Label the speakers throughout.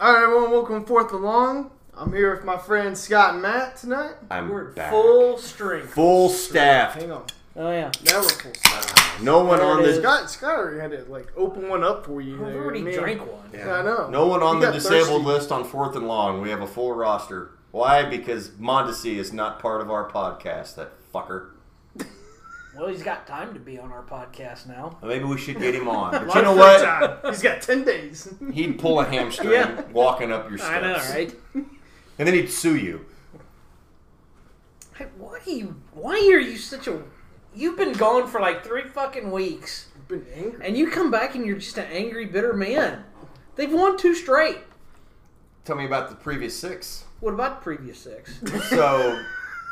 Speaker 1: All right, everyone, welcome forth along. I'm here with my friends Scott and Matt tonight.
Speaker 2: I'm
Speaker 1: we're at
Speaker 2: back.
Speaker 1: full strength.
Speaker 2: Full staffed.
Speaker 1: Hang on,
Speaker 3: Oh yeah.
Speaker 1: now we're full strength.
Speaker 2: No one
Speaker 3: There
Speaker 2: on
Speaker 3: it
Speaker 2: this.
Speaker 3: is.
Speaker 1: Scott, Scott already had to like open one up for you.
Speaker 3: We've
Speaker 1: there.
Speaker 3: already
Speaker 1: Man.
Speaker 3: drank one.
Speaker 1: Yeah, I know.
Speaker 2: No one on
Speaker 1: You
Speaker 2: the
Speaker 1: got
Speaker 2: disabled
Speaker 1: thirsty.
Speaker 2: list on fourth and long. We have a full roster. Why? Because Mondesi is not part of our podcast. That fucker.
Speaker 3: Well, he's got time to be on our podcast now.
Speaker 2: Maybe we should get him on. But
Speaker 1: Lot
Speaker 2: you
Speaker 1: of
Speaker 2: know
Speaker 1: free
Speaker 2: what?
Speaker 1: time. He's got ten days.
Speaker 2: He'd pull a hamstring
Speaker 3: Yeah.
Speaker 2: walking up your steps,
Speaker 3: right?
Speaker 2: and then he'd sue you.
Speaker 3: Hey, why are you? Why are you such a? You've been gone for like three fucking weeks,
Speaker 1: I've been angry.
Speaker 3: and you come back and you're just an angry, bitter man. They've won two straight.
Speaker 2: Tell me about the previous six.
Speaker 3: What about the previous six?
Speaker 2: So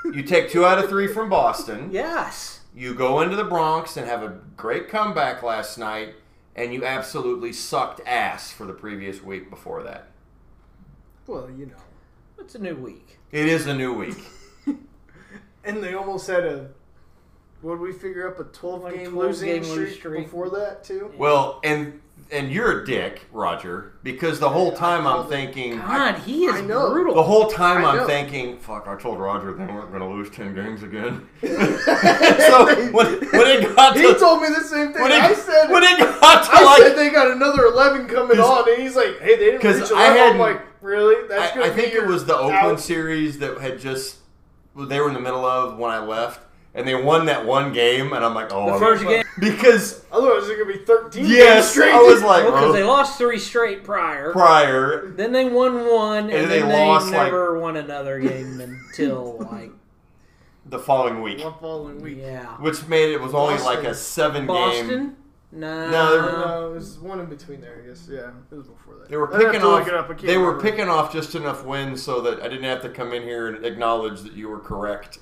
Speaker 2: you take two out of three from Boston.
Speaker 3: yes.
Speaker 2: You go into the Bronx and have a great comeback last night, and you absolutely sucked ass for the previous week before that.
Speaker 1: Well, you know.
Speaker 3: It's a new week.
Speaker 2: It is a new week.
Speaker 1: And they almost had a. What did we figure up a twelve
Speaker 3: Like
Speaker 1: game
Speaker 3: 12
Speaker 1: losing
Speaker 3: game
Speaker 1: streak,
Speaker 3: lose streak.
Speaker 1: before that too?
Speaker 2: Well, and and you're a dick, Roger, because the whole time I'm thinking,
Speaker 3: God, he is
Speaker 1: I know.
Speaker 3: brutal.
Speaker 2: the whole time
Speaker 1: I
Speaker 2: I'm
Speaker 1: know.
Speaker 2: thinking, fuck, I told Roger they weren't going to lose ten games again. so when, when it got
Speaker 1: He
Speaker 2: to
Speaker 1: told me the same thing.
Speaker 2: when
Speaker 1: I
Speaker 2: it,
Speaker 1: said
Speaker 2: when it got to
Speaker 1: I
Speaker 2: like
Speaker 1: said they got another 11 coming
Speaker 2: 'Cause-
Speaker 1: on, and he's like, hey, they didn't
Speaker 2: 'cause
Speaker 1: reach 11.
Speaker 2: I
Speaker 1: I am
Speaker 2: hadn't-
Speaker 1: like, really? That's
Speaker 2: I,
Speaker 1: gonna
Speaker 2: I think
Speaker 1: be
Speaker 2: it was the
Speaker 1: your
Speaker 2: Oakland
Speaker 1: out-
Speaker 2: series that had just they were in the middle of when I left, and they won that one game, and I'm like, oh,
Speaker 3: The
Speaker 2: I'm-
Speaker 3: first game,
Speaker 2: because
Speaker 1: Otherwise, it's going to be 13 games
Speaker 2: yes,
Speaker 1: straight.
Speaker 2: I was like
Speaker 3: because
Speaker 2: oh,
Speaker 3: they lost three straight prior.
Speaker 2: prior,
Speaker 3: Then they won one, and,
Speaker 2: then they
Speaker 3: then they,
Speaker 2: lost, like-
Speaker 3: never won another game until like
Speaker 2: the following week,
Speaker 1: One following week.
Speaker 3: yeah.
Speaker 2: which made it was only like a
Speaker 1: Boston.
Speaker 2: seven game.
Speaker 3: Boston? No.
Speaker 2: No, they're-
Speaker 1: No, Uh, it was one in between there, I guess. Yeah, it was before that.
Speaker 2: They were
Speaker 1: I'd have
Speaker 2: picking
Speaker 1: to look
Speaker 2: off.
Speaker 1: it up. I can't
Speaker 2: They were
Speaker 1: remember.
Speaker 2: picking off just enough wins so that I didn't have to come in here and acknowledge that you were correct.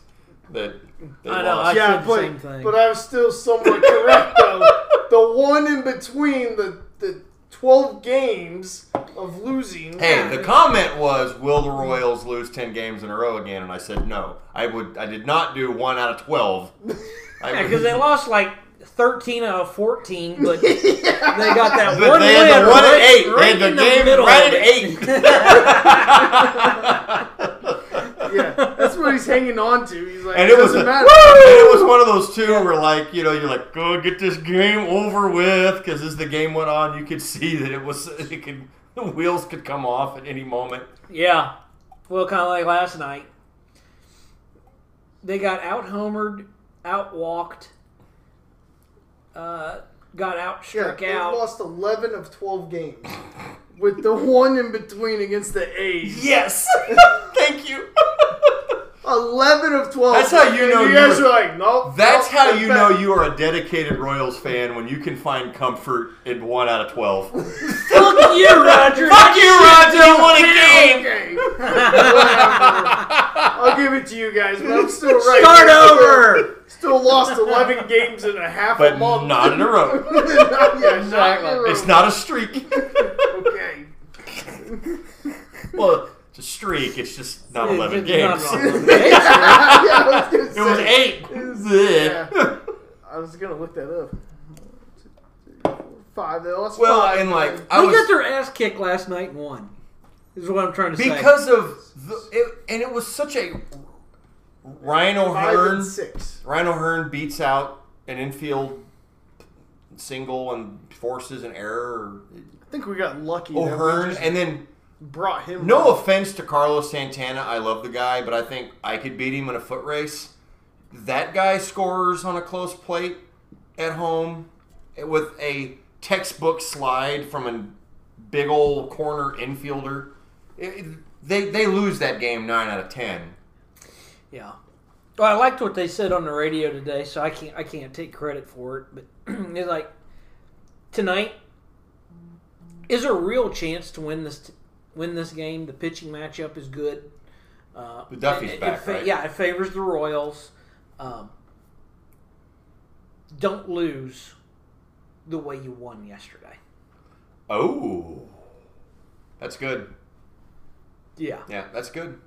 Speaker 2: That they
Speaker 3: I know,
Speaker 2: lost.
Speaker 3: I-
Speaker 1: Yeah,
Speaker 3: said the
Speaker 1: but,
Speaker 3: same thing.
Speaker 1: but I was still somewhat correct, though. The one in between the, the 12 games of losing.
Speaker 2: Hey, the comment was, "Will the Royals lose ten games in a row again?" And I said, "No, I would. I did not do one out of twelve. I
Speaker 3: Yeah,
Speaker 2: would-
Speaker 3: because they lost like 13 out of 14, but they got that
Speaker 2: But
Speaker 3: one
Speaker 2: they had
Speaker 3: win
Speaker 2: the one at
Speaker 3: right-
Speaker 2: eight. They
Speaker 3: right
Speaker 2: had the
Speaker 3: in
Speaker 2: game
Speaker 3: middle
Speaker 2: right
Speaker 3: of
Speaker 2: at
Speaker 3: it.
Speaker 1: Yeah, that's what he's hanging on to. He's like,
Speaker 2: And
Speaker 1: it,
Speaker 2: it was
Speaker 1: doesn't
Speaker 2: a-
Speaker 1: matter.
Speaker 2: and it was one of those two where, like, you know, you're like, "Go get this game over with," because as the game went on, you could see that it was it could the wheels could come off at any moment.
Speaker 3: yeah. Well, kind of like last night. They got out homered, out walked, uh, got out
Speaker 1: Yeah,
Speaker 3: struck
Speaker 1: they
Speaker 3: out.
Speaker 1: lost 11 of 12 games. With the one in between against the A's.
Speaker 2: Yes, thank you.
Speaker 1: 11 of 12.
Speaker 2: That's how you
Speaker 1: And
Speaker 2: know
Speaker 1: You
Speaker 2: you
Speaker 1: guys
Speaker 2: were-
Speaker 1: are like, nope.
Speaker 2: That's
Speaker 1: nope,
Speaker 2: how
Speaker 1: get
Speaker 2: you
Speaker 1: back.
Speaker 2: know you are a dedicated Royals fan when you can find comfort in one out of twelve.
Speaker 3: Fuck you, Roger.
Speaker 2: Fuck you, Roger! I want a
Speaker 1: Okay.
Speaker 2: game.
Speaker 1: Whatever. I'll give it to you guys, but I'm still right.
Speaker 3: Start over.
Speaker 1: Still lost 11 games in a half
Speaker 2: But
Speaker 1: a month.
Speaker 2: not in a row.
Speaker 1: yeah, exactly.
Speaker 2: It's not a streak.
Speaker 1: Okay.
Speaker 2: Well, it's a streak. It's just not eleven games.
Speaker 3: Not 11
Speaker 1: yeah, I
Speaker 3: games.
Speaker 1: was gonna
Speaker 2: It was
Speaker 1: say.
Speaker 2: eight.
Speaker 1: Yeah. I was gonna look that up. Five. They lost
Speaker 2: Well,
Speaker 1: five.
Speaker 2: and like
Speaker 3: They
Speaker 2: I
Speaker 3: got
Speaker 2: was
Speaker 3: their ass kicked last night and won. Is what I'm trying to say.
Speaker 2: because of the, it, and it was such a Ryan
Speaker 1: five
Speaker 2: O'Hearn.
Speaker 1: and six.
Speaker 2: Ryan O'Hearn beats out an infield single and forces an error.
Speaker 1: I think we got lucky.
Speaker 2: Oh,
Speaker 1: that we
Speaker 2: O'Hearn,
Speaker 1: Oh, just
Speaker 2: and then
Speaker 1: brought him.
Speaker 2: No
Speaker 1: up.
Speaker 2: offense to Carlos Santana, I love the guy, but I think I could beat him in a foot race. That guy scores on a close plate at home with a textbook slide from a big old corner infielder. It- it- they they lose that game nine out of ten.
Speaker 3: yeah. Well, I liked what they said on the radio today, so I can't I can't take credit for it. But it's like tonight is a real chance to win this win this game. The pitching matchup is good. Uh,
Speaker 2: The Duffy's
Speaker 3: it- it
Speaker 2: back,
Speaker 3: fa-
Speaker 2: right?
Speaker 3: Yeah, it favors the Royals. Um, don't lose the way you won yesterday.
Speaker 2: Oh, that's good.
Speaker 3: Yeah.
Speaker 2: Yeah, that's good.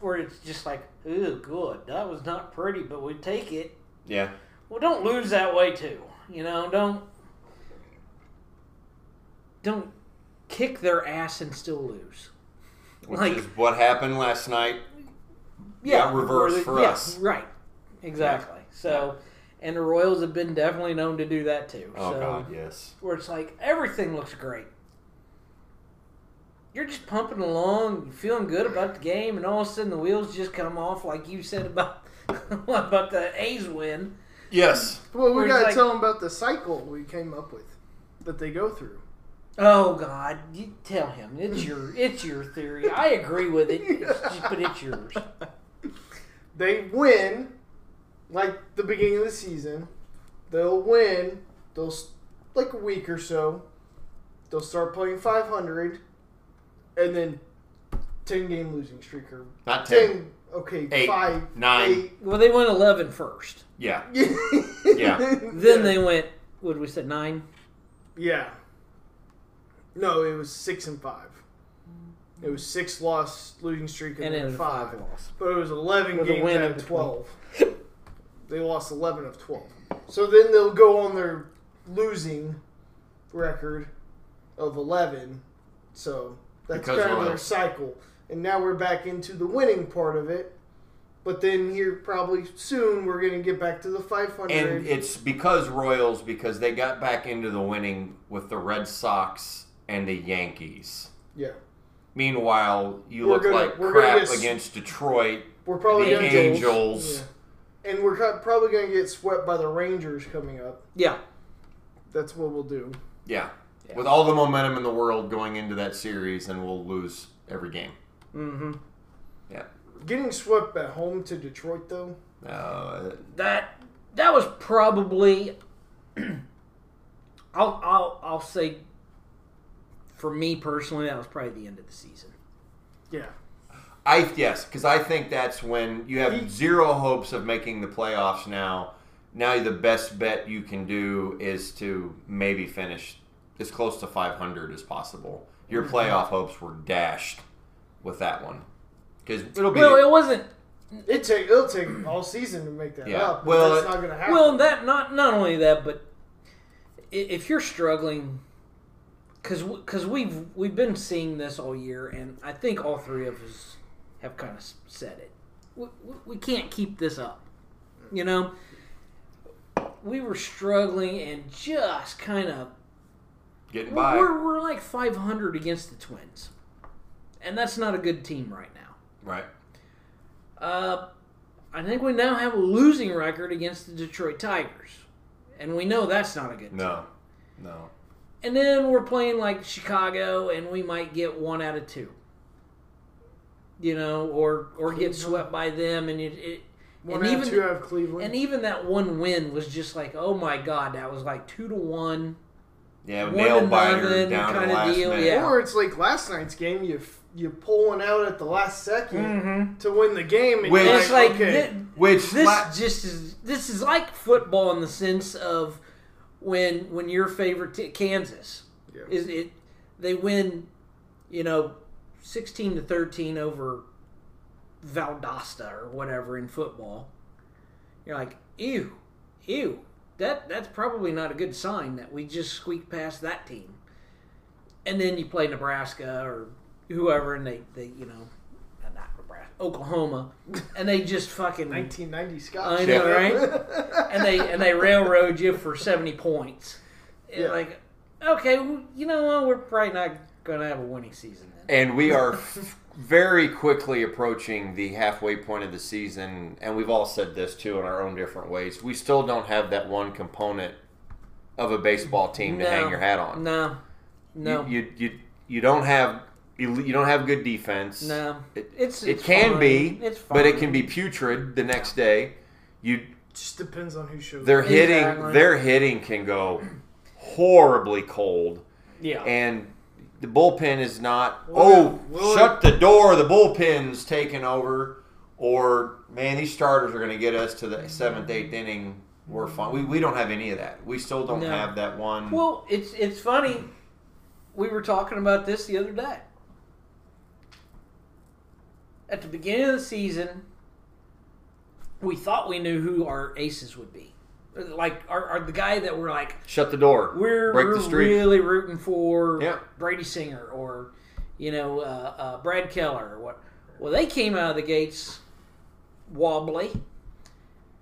Speaker 3: where it's just like, ooh, good, that was not pretty, but we take it.
Speaker 2: Yeah,
Speaker 3: Well, don't lose that way too. You know, don't don't kick their ass and still lose.
Speaker 2: which
Speaker 3: Like-
Speaker 2: is what happened last night. Yeah, reverse
Speaker 3: or the-
Speaker 2: for
Speaker 3: yeah,
Speaker 2: us.
Speaker 3: Right. Exactly. So, and the Royals have been definitely known to do that too.
Speaker 2: Oh
Speaker 3: so,
Speaker 2: God, yes.
Speaker 3: where it's like everything looks great. You're just pumping along, feeling good about the game, and all of a sudden the wheels just come off, like you said about about the A's win.
Speaker 2: Yes.
Speaker 1: Well, we
Speaker 3: Where it's
Speaker 1: gotta
Speaker 3: like-
Speaker 1: tell them about the cycle we came up with that they go through.
Speaker 3: Oh God! You tell him it's your it's your theory. I agree with it, it's just, but it's yours.
Speaker 1: They win, like the beginning of the season. They'll win. They'll s- like a week or so. They'll start playing 500, and then 10 game losing streak or
Speaker 2: Not
Speaker 1: 10.
Speaker 2: ten.
Speaker 1: okay,
Speaker 2: Eight,
Speaker 1: five,
Speaker 2: nine.
Speaker 1: eight.
Speaker 3: Well, they went 11 first.
Speaker 2: Yeah.
Speaker 1: yeah.
Speaker 3: Then they went. What did we say? Nine.
Speaker 1: Yeah. No, it was six and five. It was six loss losing streak and,
Speaker 3: And
Speaker 1: then
Speaker 3: then
Speaker 1: five.
Speaker 3: five loss.
Speaker 1: But it was eleven
Speaker 3: With a
Speaker 1: games
Speaker 3: win
Speaker 1: out
Speaker 3: in
Speaker 1: of
Speaker 3: between.
Speaker 1: twelve. they lost eleven of twelve. So then they'll go on their losing record of eleven. So that's
Speaker 2: Because
Speaker 1: kind of
Speaker 2: we're
Speaker 1: their
Speaker 2: up.
Speaker 1: cycle. And now we're back into the winning part of it. But then here probably soon we're gonna get back to the five hundred.
Speaker 2: And it's because Royals because they got back into the winning with the Red Sox and the Yankees.
Speaker 1: yeah.
Speaker 2: Meanwhile, you
Speaker 1: We're
Speaker 2: look
Speaker 1: gonna-
Speaker 2: like
Speaker 1: we're gonna
Speaker 2: crap
Speaker 1: get s-
Speaker 2: against Detroit.
Speaker 1: We're probably
Speaker 2: The
Speaker 1: gonna
Speaker 2: Angels.
Speaker 1: Yeah. And we're co- probably going to get swept by the Rangers coming up.
Speaker 3: Yeah.
Speaker 1: That's what we'll do.
Speaker 2: Yeah. With all the momentum in the world going into that series and we'll lose every game.
Speaker 3: Mm-hmm.
Speaker 2: Yeah.
Speaker 1: Getting swept at home to Detroit, though,
Speaker 2: Uh,
Speaker 3: That that was probably. I'll I'll I'll say. For me personally, that was probably the end of the season.
Speaker 1: yeah.
Speaker 2: I yes, because I think that's when you have
Speaker 1: He-
Speaker 2: zero hopes of making the playoffs now. Now the best bet you can do is to maybe finish as close to 500 as possible. Your
Speaker 3: Mm-hmm.
Speaker 2: playoff hopes were dashed with that one because it'll be
Speaker 3: Well, it wasn't.
Speaker 1: It take it'll take all season to make that
Speaker 2: Yeah.
Speaker 1: up. but
Speaker 2: Well,
Speaker 1: that's
Speaker 2: it-
Speaker 1: not going to happen.
Speaker 3: Well, that not not only that, but i- if you're struggling, because because we've we've been seeing this all year, and I think all three of us have kind of said it. We, we- we can't keep this up, you know. We were struggling and just kind of
Speaker 2: getting by.
Speaker 3: we're, we're like 500 against the Twins, and that's not a good team right now.
Speaker 2: right.
Speaker 3: Uh, I think we now have a losing record against the Detroit Tigers, and we know that's not a good team.
Speaker 2: No. No.
Speaker 3: And then we're playing like Chicago, and we might get one out of two. You know, or or get swept by them, and it, it
Speaker 1: one
Speaker 3: and
Speaker 1: and
Speaker 3: even
Speaker 1: two out of Cleveland.
Speaker 3: and e- even that one win was just like, oh my god, that was like two to one.
Speaker 2: Yeah,
Speaker 3: One
Speaker 2: nail
Speaker 3: to
Speaker 2: biter
Speaker 3: nothing
Speaker 2: down to the
Speaker 3: kinda
Speaker 2: last
Speaker 3: deal,
Speaker 2: minute.
Speaker 3: yeah.
Speaker 1: Or it's like last night's game. You f- you pull one out at the last 2nd
Speaker 3: Mm-hmm.
Speaker 1: to win the game, and
Speaker 2: Which-
Speaker 1: you're
Speaker 3: And it's like
Speaker 1: okay.
Speaker 3: thi-
Speaker 2: Which
Speaker 3: this
Speaker 2: la-
Speaker 3: just is this is like football in the sense of when when your favorite t- Kansas
Speaker 1: Yeah.
Speaker 3: is it they win you know 16 to 13 over Valdosta or whatever in football you're like ew ew that that's probably not a good sign that we just squeaked past that team and then you play Nebraska or whoever and they they you know not Nebraska Oklahoma and they just fucking
Speaker 1: 1990 Scott.
Speaker 3: I know, right? and they and they railroad you for seventy points. And
Speaker 1: Yeah.
Speaker 3: Like, okay, well, you know what? We're probably not gonna have a winning season then.
Speaker 2: And we are f- very quickly approaching the halfway point of the season, and we've all said this too in our own different ways. We still don't have that one component of a baseball team to
Speaker 3: No.
Speaker 2: hang your hat on.
Speaker 3: No, no,
Speaker 2: You, you you you don't have you, you don't have good defense.
Speaker 3: no.
Speaker 2: It,
Speaker 3: It's-
Speaker 2: it
Speaker 3: it's
Speaker 2: can
Speaker 3: fine.
Speaker 2: be,
Speaker 3: It's
Speaker 2: but it
Speaker 3: fine.
Speaker 2: can be putrid the next day. You
Speaker 1: Just depends on who shows.
Speaker 2: their
Speaker 1: up.
Speaker 2: hitting
Speaker 3: Exactly.
Speaker 2: their hitting can go horribly cold
Speaker 3: Yeah,
Speaker 2: and the bullpen is not.
Speaker 1: Well,
Speaker 2: oh,
Speaker 1: well,
Speaker 2: shut the door! The bullpen's taking over. Or man, these starters are going to get us to the seventh, eighth inning. We're fine. We, we don't have any of that. We still don't
Speaker 3: No.
Speaker 2: have that one.
Speaker 3: Well, it's it's funny. We were talking about this the other day. At the beginning of the season, we thought we knew who our aces would be. like are, are the guy that we're like
Speaker 2: Shut the door.
Speaker 3: we're,
Speaker 2: break
Speaker 3: we're
Speaker 2: the streak.
Speaker 3: really rooting for
Speaker 2: Yeah.
Speaker 3: Brady Singer or you know uh, uh, Brad Keller or what. Well, they came out of the gates wobbly,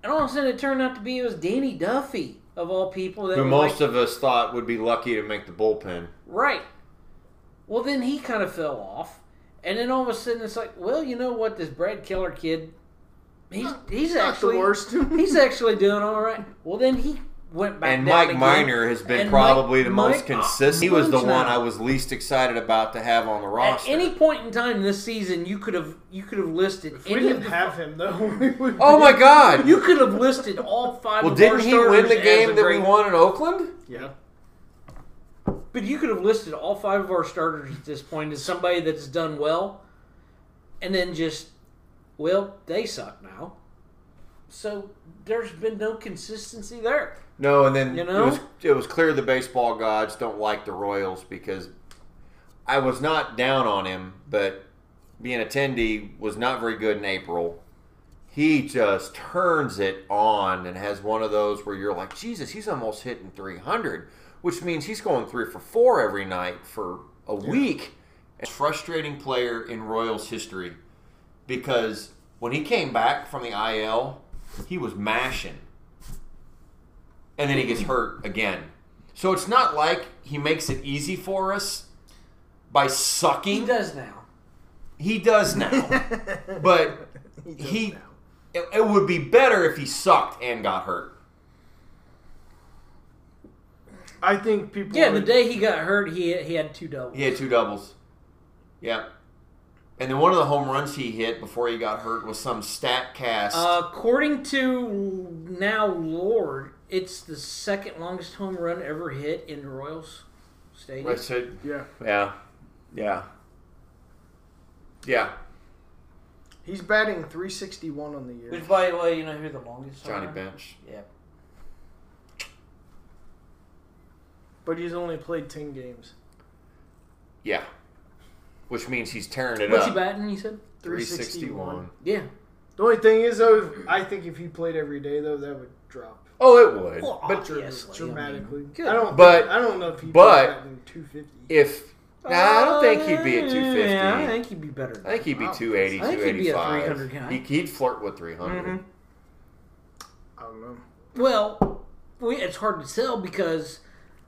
Speaker 3: and all of a sudden it turned out to be it was Danny Duffy of all people that
Speaker 2: Who
Speaker 3: were
Speaker 2: most
Speaker 3: like,
Speaker 2: of us thought would be lucky to make the bullpen.
Speaker 3: right. Well, then he kind of fell off, and then all of a sudden it's like, well, you know what? This Brad Keller kid, he's he's
Speaker 1: Not
Speaker 3: actually
Speaker 1: the worst.
Speaker 3: he's actually doing all right. Well, then he went back.
Speaker 2: and
Speaker 3: down
Speaker 2: Mike
Speaker 3: again.
Speaker 2: Miner has been
Speaker 3: And
Speaker 2: probably
Speaker 3: Mike-
Speaker 2: the
Speaker 3: Mike-
Speaker 2: most consistent. He was the
Speaker 3: Munchausen.
Speaker 2: one I was least excited about to have on the
Speaker 3: At
Speaker 2: roster.
Speaker 3: any point in time this season, you could have you could have listed
Speaker 1: we
Speaker 3: any
Speaker 1: didn't
Speaker 3: of the-
Speaker 1: have him though. We would
Speaker 2: oh my God!
Speaker 3: You could have listed all five.
Speaker 2: well,
Speaker 3: of our
Speaker 2: didn't he win
Speaker 3: starters
Speaker 2: the
Speaker 3: as a
Speaker 2: game that we
Speaker 3: great-
Speaker 2: won in Oakland?
Speaker 1: yeah.
Speaker 3: But you could have listed all five of our starters at this point as somebody that's done well, and then just, well, they suck now. So there's been no consistency there.
Speaker 2: No, and then
Speaker 3: You
Speaker 2: it
Speaker 3: know?
Speaker 2: was it was clear the baseball gods don't like the Royals because I was not down on him, but being attendee was not very good in April. He just turns it on and has one of those where you're like, Jesus, he's almost hitting 300, which means he's going three for four every night for a week. Frustrating player in Royals history because when he came back from the IL, he was mashing and then he gets hurt again. So it's not like he makes it easy for us by sucking.
Speaker 3: He does now.
Speaker 2: He does now, but he it, it would be better if he sucked and got hurt.
Speaker 1: I think people.
Speaker 3: Yeah, the
Speaker 1: would-
Speaker 3: day he got hurt, he he had two doubles.
Speaker 2: He had two doubles. Yeah. And then one of the home runs he hit before he got hurt was some stat cast.
Speaker 3: Uh, According to now Lord, it's the second longest home run ever hit in Royals Stadium.
Speaker 2: I said,
Speaker 1: Yeah,
Speaker 2: yeah, yeah, yeah.
Speaker 1: he's batting 361 on the year.
Speaker 3: Which, by the way, you know who the longest? home
Speaker 2: Johnny
Speaker 3: run-
Speaker 2: Bench.
Speaker 3: Yeah.
Speaker 1: But he's only played 10 games.
Speaker 2: Yeah. Which means he's tearing it
Speaker 3: What's
Speaker 2: up.
Speaker 3: he batting? You said?
Speaker 1: 361.
Speaker 3: Yeah.
Speaker 1: The only thing is, though, I think if he played every day, though, that would drop
Speaker 2: Oh, it would.
Speaker 3: Well,
Speaker 2: but
Speaker 1: dra-
Speaker 3: Yes, like, I
Speaker 1: dramatically.
Speaker 3: mean, good.
Speaker 1: I don't.
Speaker 2: But-
Speaker 1: think, I don't know if he
Speaker 2: but-
Speaker 1: played batting 250.
Speaker 2: if nah, I don't think he'd be at
Speaker 3: Uh,
Speaker 2: 250.
Speaker 3: Yeah, I
Speaker 2: I,
Speaker 3: think he'd be better. Than
Speaker 2: think he'd be
Speaker 1: Wow.
Speaker 2: 280,
Speaker 3: I think he'd be a 300 guy.
Speaker 2: 285. He, he'd flirt with 300.
Speaker 3: Mhm.
Speaker 1: I don't know.
Speaker 3: that. Well, we, it's hard to tell because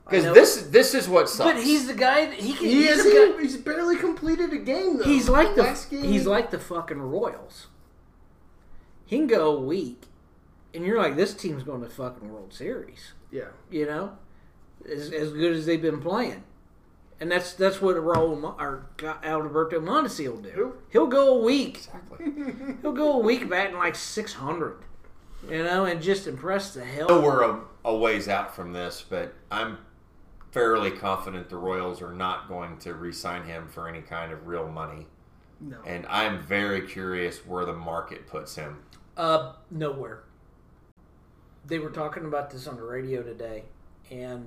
Speaker 3: I
Speaker 2: Because
Speaker 3: know-
Speaker 2: this this is what sucks.
Speaker 3: But he's the guy that he can.
Speaker 1: He
Speaker 3: he's,
Speaker 1: has,
Speaker 3: the guy-
Speaker 1: he's barely completed a game though.
Speaker 3: he's like the
Speaker 1: last game.
Speaker 3: he's like the fucking Royals. He can go a week, and you're like, this team's going to fucking World Series.
Speaker 1: yeah.
Speaker 3: you know, as, as good as they've been playing. And that's that's what Raul Mo- or God, Alberto Mondesi will do.
Speaker 1: Who?
Speaker 3: He'll go a week.
Speaker 2: exactly.
Speaker 3: He'll go a week batting like six hundred, you know, and just impress the hell.
Speaker 2: I know we're a, a ways out from this, but I'm fairly confident the Royals are not going to re sign him for any kind of real money.
Speaker 1: No.
Speaker 2: And I'm very curious where the market puts him.
Speaker 3: Uh, nowhere. They were talking about this on the radio today, and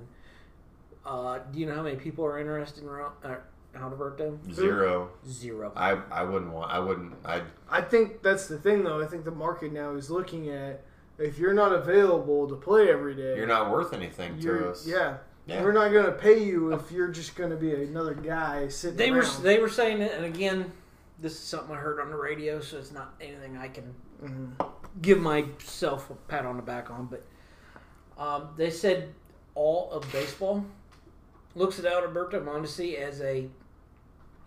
Speaker 3: uh, do you know how many people are interested in Ra- uh, Alberto?
Speaker 2: Zero.
Speaker 3: Zero.
Speaker 2: I, I wouldn't want. I wouldn't. I'd
Speaker 1: I think that's the thing though. I think the market now is looking at if you're not available to play every day,
Speaker 2: You're not worth anything to
Speaker 1: you're-
Speaker 2: us.
Speaker 1: Yeah.
Speaker 2: Yeah.
Speaker 1: We're not gonna pay you if you're just gonna be another guy sitting.
Speaker 3: They were
Speaker 1: around.
Speaker 3: they were saying it, and again, this is something I heard on the radio, so it's not anything I can
Speaker 1: Mm-hmm.
Speaker 3: give myself a pat on the back on. But um, they said all of baseball looks at Alberto Mondesi as a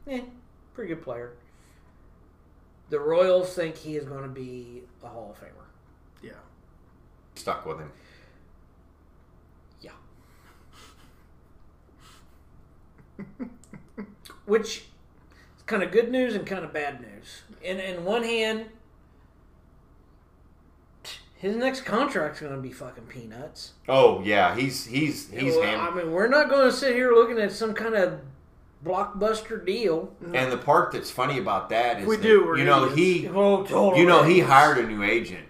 Speaker 3: eh, pretty good player. The Royals think he is going to be a Hall of Famer.
Speaker 1: Yeah.
Speaker 2: Stuck with him.
Speaker 3: which is kind of good news and kind of bad news. And in one hand, his next contract's going to be fucking peanuts.
Speaker 2: Oh yeah, he's he's he's
Speaker 3: Well,
Speaker 2: ham-
Speaker 3: I mean, we're not going to sit here looking at some kind of blockbuster deal.
Speaker 2: And the part that's funny about that is
Speaker 1: We
Speaker 2: that,
Speaker 1: do, we're
Speaker 2: you know
Speaker 1: idiots.
Speaker 2: he
Speaker 3: Oh, totally.
Speaker 2: you know he hired a new agent.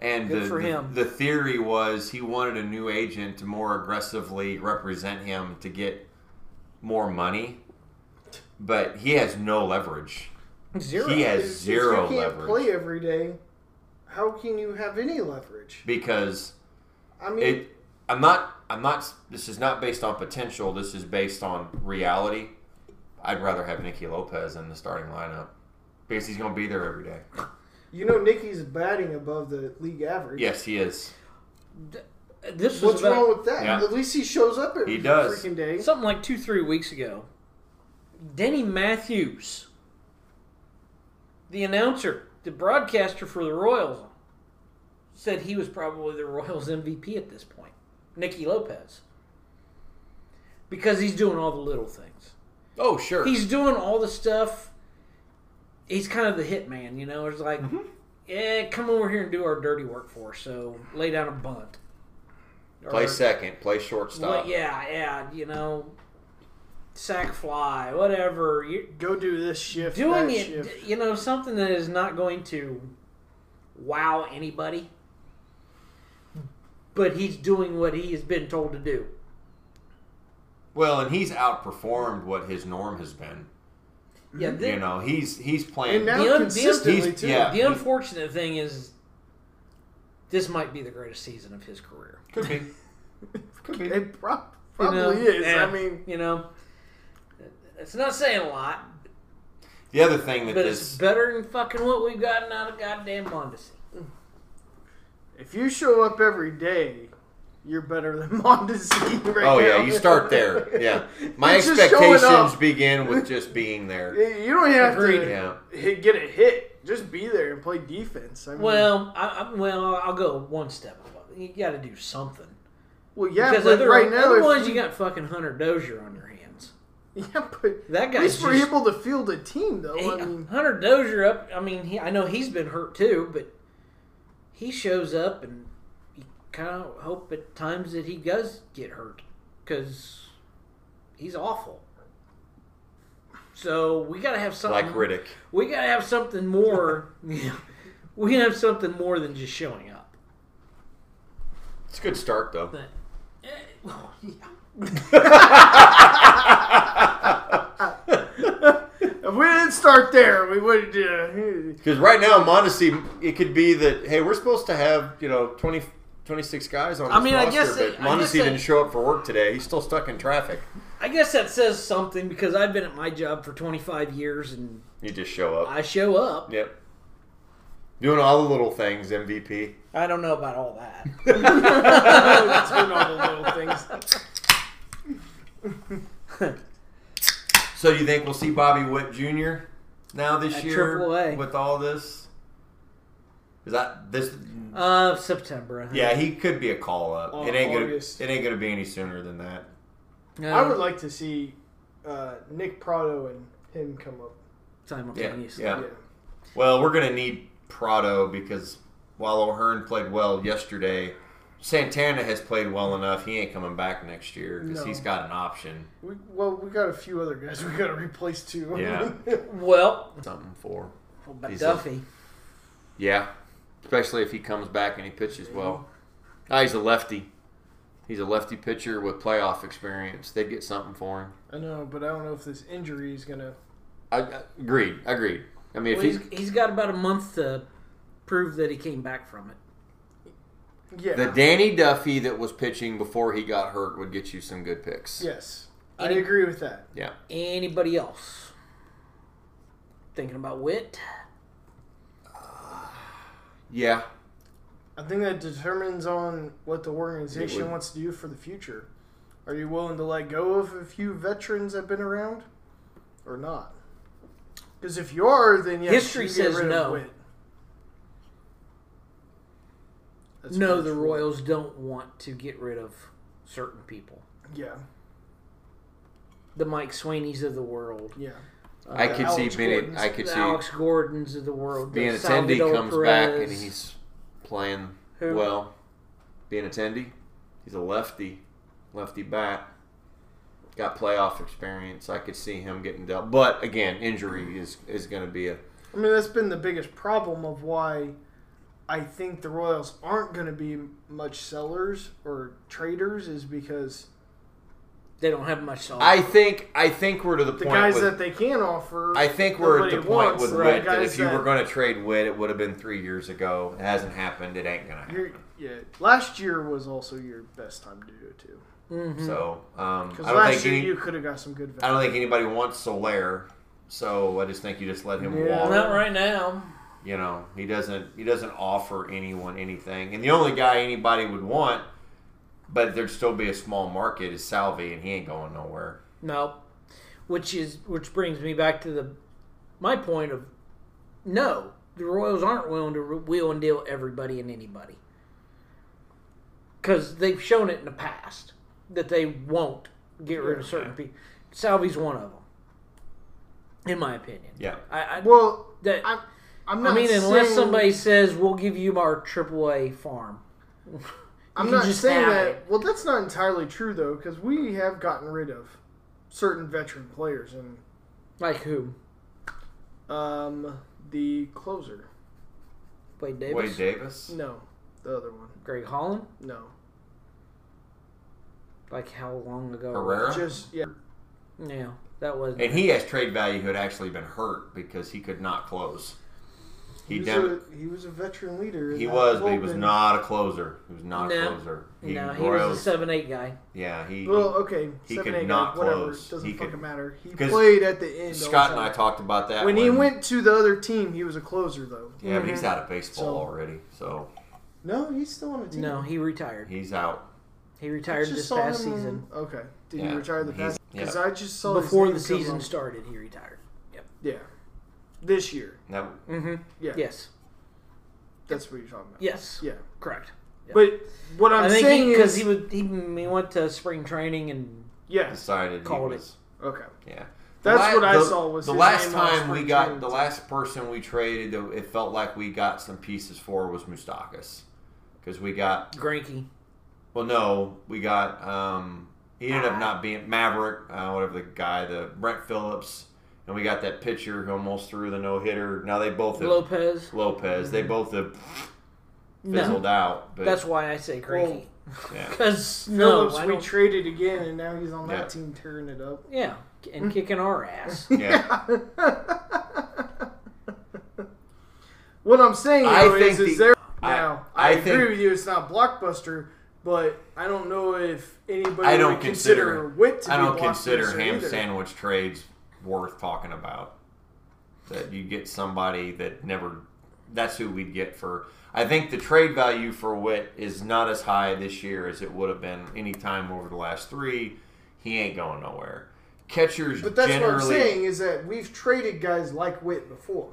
Speaker 2: And
Speaker 3: Good
Speaker 2: the,
Speaker 3: for
Speaker 2: the-
Speaker 3: him.
Speaker 2: the theory was he wanted a new agent to more aggressively represent him to get more money. But he has no leverage.
Speaker 3: zero.
Speaker 2: He has
Speaker 1: If- if
Speaker 2: zero
Speaker 1: you can't
Speaker 2: leverage.
Speaker 1: play every day. How can you have any leverage?
Speaker 2: because
Speaker 1: I mean,
Speaker 2: it. I'm not. I'm not. This is not based on potential. This is based on reality. I'd rather have Nicky Lopez in the starting lineup because he's going to be there every day.
Speaker 1: you know, Nicky's batting above the league average.
Speaker 2: Yes, he is.
Speaker 3: This was
Speaker 1: What's
Speaker 3: about
Speaker 1: wrong with that?
Speaker 2: Yeah.
Speaker 1: At least he shows up every
Speaker 2: He does.
Speaker 1: freaking day.
Speaker 3: something like two, three weeks ago. Denny Matthews, the announcer, the broadcaster for the Royals, said he was probably the Royals MVP at this point. Nicky Lopez. Because he's doing all the little things.
Speaker 2: Oh, sure.
Speaker 3: He's doing all the stuff. He's kind of the hitman, you know? It's like, yeah, come over here and do our dirty work for us. So lay down a bunt.
Speaker 2: play
Speaker 3: Or-
Speaker 2: second. Play shortstop.
Speaker 3: well, yeah, yeah, you know, sack fly, whatever. You're
Speaker 1: Go do this shift.
Speaker 3: doing
Speaker 1: that
Speaker 3: it,
Speaker 1: Shift.
Speaker 3: you know, something that is not going to wow anybody. But he's doing what he has been told to do.
Speaker 2: Well, and he's outperformed what his norm has been.
Speaker 3: Yeah, the,
Speaker 2: Mm-hmm. You know, he's he's playing.
Speaker 1: And now
Speaker 3: The un- the un-
Speaker 1: consistently
Speaker 2: he's-
Speaker 1: too.
Speaker 2: yeah.
Speaker 3: the unfortunate thing is, this might be the greatest season of his career.
Speaker 2: Could be. Could be.
Speaker 1: It prob-
Speaker 3: You know?
Speaker 1: probably is.
Speaker 3: Yeah,
Speaker 1: I mean,
Speaker 3: you know, it's not saying a lot,
Speaker 2: The other thing that
Speaker 3: but it's
Speaker 2: this
Speaker 3: better than fucking what we've gotten out of goddamn Mondesi.
Speaker 1: if you show up every day, you're better than Mondesi right
Speaker 2: Oh yeah,
Speaker 1: now.
Speaker 2: you start there. Yeah. My
Speaker 1: It's just showing
Speaker 2: expectations
Speaker 1: up.
Speaker 2: begin with just being there.
Speaker 1: You don't have
Speaker 3: Agreed.
Speaker 1: to
Speaker 2: Yeah.
Speaker 1: hit, get a hit. Just be there and play defense. I mean,
Speaker 3: Well, I, I, well, I'll go one step above. You got to do something.
Speaker 1: well, yeah,
Speaker 3: because
Speaker 1: but
Speaker 3: other,
Speaker 1: right now, if
Speaker 3: otherwise
Speaker 1: we-
Speaker 3: you got fucking Hunter Dozier on your hands.
Speaker 1: yeah, but
Speaker 3: That
Speaker 1: at
Speaker 3: guy's
Speaker 1: least we're
Speaker 3: just-
Speaker 1: able to field a team, though. I
Speaker 3: He-
Speaker 1: mean,
Speaker 3: Hunter Dozier up. I mean, he, I know he's been hurt too, but he shows up and you kind of hope at times that he does get hurt because he's awful. So we got to have something
Speaker 2: Like Riddick.
Speaker 3: We got to have something more. we gotta have something more than just showing up.
Speaker 2: It's a good start though.
Speaker 3: But, eh, well, yeah.
Speaker 1: if we didn't start there, we would. Uh,
Speaker 2: Because right now, Mondesi, it could be that hey, we're supposed to have you know 20, 26 guys on. This
Speaker 3: I mean, I
Speaker 2: roster,
Speaker 3: guess
Speaker 2: but
Speaker 3: it- I
Speaker 2: Mondesi
Speaker 3: guess it-
Speaker 2: didn't show up for work today. He's still stuck in traffic.
Speaker 3: I guess that says something because I've been at my job for 25 years and
Speaker 2: You just show up.
Speaker 3: I show up.
Speaker 2: Yep. Doing all the little things, MVP.
Speaker 3: I don't know about all that.
Speaker 1: doing all the little things.
Speaker 2: So do you think we'll see Bobby Witt Jr. now this
Speaker 3: At
Speaker 2: year
Speaker 3: AAA.
Speaker 2: with all this? Is that this?
Speaker 3: Uh, September. I think.
Speaker 2: Yeah, he could be a call up.
Speaker 1: Oh,
Speaker 2: it ain't
Speaker 1: August.
Speaker 2: gonna. It ain't gonna be any sooner than that.
Speaker 3: No,
Speaker 1: I would like to see uh, Nick Prado and him come up.
Speaker 3: simultaneously.
Speaker 2: Yeah.
Speaker 1: Yeah.
Speaker 2: Well, we're gonna need Prado because while O'Hearn played well yesterday, Santana has played well enough. He ain't coming back next year because
Speaker 1: No.
Speaker 2: he's got an option.
Speaker 1: We, well, we got a few other guys we got to replace too.
Speaker 2: Yeah.
Speaker 3: Well,
Speaker 2: Something for.
Speaker 3: what about
Speaker 2: He's a-
Speaker 3: Duffy.
Speaker 2: Yeah, especially if he comes back and he pitches well. Ah, he's a lefty. He's a lefty pitcher with playoff experience. They'd get something for him.
Speaker 1: I know, but I don't know if this injury is gonna.
Speaker 2: I, I- agreed. Agreed. I mean, if
Speaker 3: Well, he's,
Speaker 2: he's
Speaker 3: he's got about a month to prove that he came back from it.
Speaker 1: Yeah.
Speaker 2: the Danny Duffy that was pitching before he got hurt would get you some good picks.
Speaker 1: yes, I
Speaker 3: Any-
Speaker 1: agree with that.
Speaker 2: Yeah.
Speaker 3: Anybody else? Thinking about Wit?
Speaker 2: Yeah.
Speaker 1: I think that determines on what the
Speaker 2: It
Speaker 1: organization
Speaker 2: would-
Speaker 1: wants to do for the future. Are you willing to let go of a few veterans that've been around, or not? Because if you are, then yes,
Speaker 3: History
Speaker 1: you get
Speaker 3: says
Speaker 1: rid of
Speaker 3: no.
Speaker 1: Witt. That's
Speaker 3: no,
Speaker 1: pretty
Speaker 3: the
Speaker 1: true.
Speaker 3: Royals don't want to get rid of certain people.
Speaker 1: Yeah,
Speaker 3: The Mike Sweeneys of the world. Uh,
Speaker 1: yeah.
Speaker 2: I
Speaker 1: the
Speaker 2: could
Speaker 1: Alex
Speaker 2: see Bennett.
Speaker 1: Gordons,
Speaker 2: I could
Speaker 3: the
Speaker 2: see
Speaker 3: Alex Gordons of the world.
Speaker 2: being
Speaker 3: the
Speaker 2: attendee
Speaker 3: Salvador
Speaker 2: comes back
Speaker 3: Perez.
Speaker 2: and he's playing
Speaker 3: Who?
Speaker 2: well. Being attendee, he's a lefty, lefty bat. Got playoff experience. I could see him getting dealt, but again, injury is is going to be a
Speaker 1: I mean, that's been the biggest problem of why I think the Royals aren't going to be much sellers or traders is because
Speaker 3: They don't have much to offer.
Speaker 2: I think I think we're to the,
Speaker 1: The
Speaker 2: point.
Speaker 1: guys
Speaker 2: with,
Speaker 1: that they can offer.
Speaker 2: I think we're at the
Speaker 1: nobody
Speaker 2: point
Speaker 1: wants,
Speaker 2: with
Speaker 1: the
Speaker 2: Witt that
Speaker 1: guys
Speaker 2: if you were going to trade Witt, it would have been three years ago. It hasn't happened. It ain't gonna happen.
Speaker 1: you're- yeah, last year was also your best time to do it too.
Speaker 3: Mhm.
Speaker 2: So um,
Speaker 1: Because
Speaker 2: I
Speaker 1: Mm-hmm.
Speaker 2: don't
Speaker 1: last
Speaker 2: think
Speaker 1: year
Speaker 2: any,
Speaker 1: you could have got some good
Speaker 2: I
Speaker 1: value.
Speaker 2: don't think anybody wants Solaire. So I just think you just let him
Speaker 1: Yeah.
Speaker 2: walk.
Speaker 3: Not right now.
Speaker 2: You know, he doesn't he doesn't offer anyone anything. And the only guy anybody would want, but there'd still be a small market is Salvi, and he ain't going nowhere.
Speaker 3: No. Which is which brings me back to the my point of no, the Royals aren't willing to re- wheel and deal everybody and anybody. Because they've shown it in the past that they won't get rid of certain people. Salvi's one of them, in my opinion.
Speaker 2: Yeah.
Speaker 3: I, I,
Speaker 1: Well,
Speaker 3: that,
Speaker 1: I, I'm not
Speaker 3: I mean, unless
Speaker 1: saying-
Speaker 3: somebody says we'll give you our AAA farm,
Speaker 1: I'm
Speaker 3: you
Speaker 1: not
Speaker 3: just
Speaker 1: saying
Speaker 3: have
Speaker 1: that.
Speaker 3: it.
Speaker 1: Well, that's not entirely true though, because we have gotten rid of certain veteran players and
Speaker 3: like who
Speaker 1: um, the closer.
Speaker 3: Wade Davis,
Speaker 2: Wade Davis.
Speaker 1: No, the other one.
Speaker 3: Greg Holland,
Speaker 1: No,
Speaker 3: like how long ago?
Speaker 2: Herrera?
Speaker 1: just yeah.
Speaker 3: Yeah, that was.
Speaker 2: And he has trade value who had actually been hurt because he could not close. He
Speaker 1: He was,
Speaker 2: dem-
Speaker 1: a, he was a veteran leader. in
Speaker 2: he
Speaker 1: that
Speaker 2: was, but he was
Speaker 1: bullpen.
Speaker 2: not a closer. He was not a
Speaker 3: No.
Speaker 2: closer. He,
Speaker 3: no, he
Speaker 2: Royals,
Speaker 3: was a seven eight guy.
Speaker 2: yeah, he.
Speaker 1: Well, okay,
Speaker 2: He
Speaker 1: seven,
Speaker 2: could
Speaker 1: eight,
Speaker 2: not
Speaker 1: nine, whatever.
Speaker 2: close.
Speaker 1: Doesn't
Speaker 2: He could-
Speaker 1: fucking matter. He
Speaker 2: 'cause
Speaker 1: played at the end. all the
Speaker 2: Scott and I
Speaker 1: time.
Speaker 2: talked about that
Speaker 1: When he went to the other team, he was a closer though.
Speaker 2: Yeah, but he's out of baseball
Speaker 1: So-
Speaker 2: already, so
Speaker 1: No, he's still on the team.
Speaker 3: No, he retired.
Speaker 2: he's out.
Speaker 3: He
Speaker 1: I
Speaker 3: retired this
Speaker 1: saw
Speaker 3: past
Speaker 1: him-
Speaker 3: season
Speaker 1: Okay, did
Speaker 2: Yeah,
Speaker 1: he retire the
Speaker 2: he's-
Speaker 1: past? Because I just saw his
Speaker 3: before
Speaker 1: name
Speaker 3: the
Speaker 1: come
Speaker 3: season
Speaker 1: up.
Speaker 3: started. He retired. Yep.
Speaker 1: Yeah, this year.
Speaker 2: Now,
Speaker 3: Mm-hmm.
Speaker 1: Yeah,
Speaker 3: Yes.
Speaker 1: that's what you're talking about.
Speaker 3: Yes.
Speaker 1: Yeah,
Speaker 3: Correct. Yeah.
Speaker 1: but what I'm
Speaker 3: i think
Speaker 1: saying
Speaker 3: because
Speaker 1: is,
Speaker 3: he, would he, he went to spring training and
Speaker 1: yes,
Speaker 2: decided he
Speaker 3: Called it.
Speaker 2: was.
Speaker 1: okay,
Speaker 2: Yeah,
Speaker 1: That's
Speaker 2: The la-
Speaker 1: what I
Speaker 2: the-
Speaker 1: saw was
Speaker 2: the
Speaker 1: his
Speaker 2: last
Speaker 1: name on
Speaker 2: time we
Speaker 1: spring
Speaker 2: got
Speaker 1: training
Speaker 2: the
Speaker 1: too.
Speaker 2: last person we traded. that It felt like we got some pieces for was Mustakas because we got
Speaker 3: Granky.
Speaker 2: Well, no, we got um, he ended up not being Maverick, uh, whatever the guy, the Brent Phillips, and we got that pitcher who almost threw the no hitter. Now they both have,
Speaker 3: Lopez.
Speaker 2: Lopez. They both have
Speaker 3: No,
Speaker 2: fizzled out. But
Speaker 3: that's why I say Granky.
Speaker 2: yeah.
Speaker 3: Because no,
Speaker 1: Phillips
Speaker 3: I
Speaker 1: we
Speaker 3: don't-
Speaker 1: traded again, and now he's on
Speaker 2: Yeah.
Speaker 1: that team tearing it up.
Speaker 3: yeah,
Speaker 1: Hmm.
Speaker 3: and kicking our ass.
Speaker 2: yeah.
Speaker 1: what I'm saying
Speaker 2: I
Speaker 1: though, is,
Speaker 2: think
Speaker 1: is
Speaker 2: the-
Speaker 1: there
Speaker 2: I-
Speaker 1: now.
Speaker 2: I
Speaker 1: I,
Speaker 2: think-
Speaker 1: agree with you. It's not blockbuster, but I don't know if anybody
Speaker 2: I don't
Speaker 1: would consider,
Speaker 2: consider-
Speaker 1: Wit to
Speaker 2: I
Speaker 1: be
Speaker 2: don't consider
Speaker 1: blockbuster
Speaker 2: ham
Speaker 1: either.
Speaker 2: sandwich trades worth talking about. That you get somebody that never. That's who we'd get for. I think the trade value for Witt is not as high this year as it would have been any time over the last three. He ain't going nowhere. Catchers
Speaker 1: But that's
Speaker 2: generally
Speaker 1: what I'm saying is that we've traded guys like Wit before.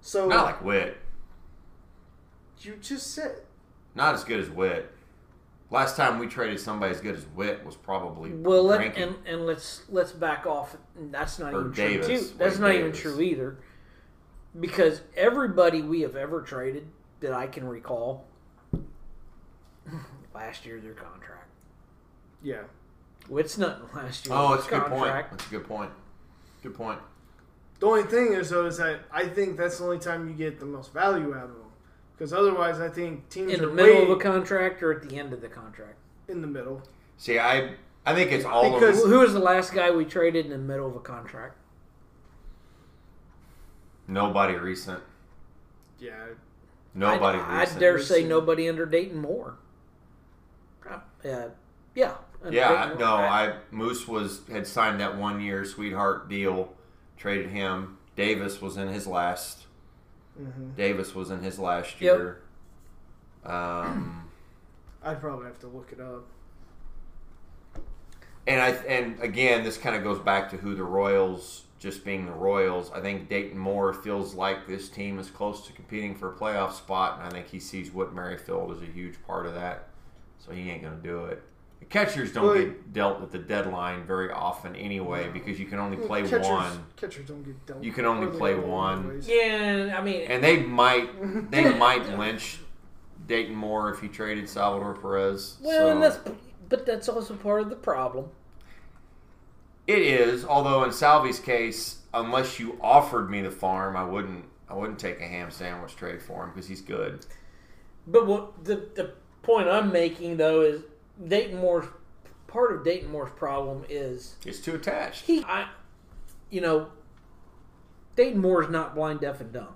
Speaker 1: So
Speaker 2: not like Witt,
Speaker 1: you just said
Speaker 2: not as good as Witt. Last time we traded somebody as good as Witt was probably
Speaker 3: Well, let,
Speaker 2: Greinke.
Speaker 3: and and let's let's back off. That's not
Speaker 2: Or
Speaker 3: even
Speaker 2: Davis,
Speaker 3: true.
Speaker 2: Wade
Speaker 3: Too. That's not even
Speaker 2: Davis.
Speaker 3: true either, because everybody we have ever traded that I can recall last year their contract.
Speaker 1: yeah.
Speaker 3: It's nothing last year.
Speaker 2: oh, that's a good point.
Speaker 3: contract.
Speaker 2: That's a good point. Good point.
Speaker 1: The only thing is though is that I think that's the only time you get the most value out of them because otherwise I think teams
Speaker 3: In
Speaker 1: are
Speaker 3: the middle of
Speaker 1: way
Speaker 3: a contract or at the end of the contract.
Speaker 1: in the middle.
Speaker 2: See, I I think it's all
Speaker 1: Because-
Speaker 2: of
Speaker 3: Who who was the last guy we traded in the middle of a contract?
Speaker 2: nobody recent.
Speaker 1: Yeah,
Speaker 2: Nobody
Speaker 3: I, I
Speaker 2: recent.
Speaker 3: dare say
Speaker 1: Recent.
Speaker 3: nobody under Dayton Moore. Uh, yeah. under
Speaker 2: yeah,
Speaker 3: Dayton
Speaker 2: I-
Speaker 3: Moore.
Speaker 2: no, I Moose was had signed that one year sweetheart deal, traded him. Davis was in his last.
Speaker 1: hmm
Speaker 2: Davis was in his last
Speaker 3: Yep.
Speaker 2: year. Um,
Speaker 1: I'd probably have to look it up.
Speaker 2: and I and again, this kind of goes back to who the Royals just being the Royals. I think Dayton Moore feels like this team is close to competing for a playoff spot, and I think he sees what Merrifield is a huge part of that. So he ain't gonna do it. The catchers don't
Speaker 1: Well,
Speaker 2: get dealt with the deadline very often anyway because you can only play
Speaker 1: catchers,
Speaker 2: one.
Speaker 1: Catchers don't get dealt.
Speaker 2: You can only
Speaker 1: really
Speaker 2: play
Speaker 1: well
Speaker 2: one.
Speaker 1: anyways.
Speaker 3: Yeah, I mean,
Speaker 2: And they might they might lynch Dayton Moore if he traded Salvador Perez.
Speaker 3: well, and
Speaker 2: So-
Speaker 3: that's but that's also part of the problem.
Speaker 2: It is, although in Salvi's case, unless you offered me the farm, I wouldn't. I wouldn't take a ham sandwich trade for him because he's good.
Speaker 3: But what the the point I'm making though is Dayton Moore's part of Dayton Moore's problem is
Speaker 2: It's too attached.
Speaker 3: he, I, you know, Dayton Moore's not blind, deaf, and dumb.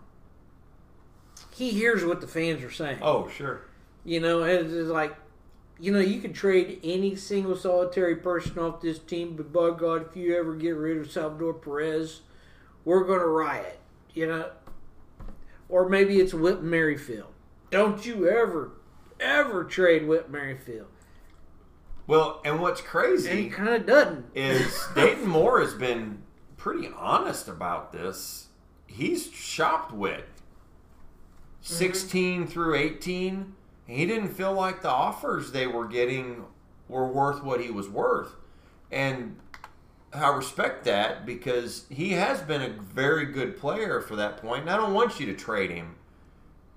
Speaker 3: He hears what the fans are saying.
Speaker 2: Oh, sure.
Speaker 3: You know, and it's like, you know, you could trade any single solitary person off this team, but by God, if you ever get rid of Salvador Perez, we're going to riot. You know, or maybe it's Whip Merrifield. Don't you ever, ever trade Whip Merrifield.
Speaker 2: Well, and what's
Speaker 3: And he
Speaker 2: crazy
Speaker 3: kind of doesn't.
Speaker 2: is Dayton Moore has been pretty honest about this. He's shopped with 16 through 18. He didn't feel like the offers they were getting were worth what he was worth. And I respect that because he has been a very good player for that point. And I don't want you to trade him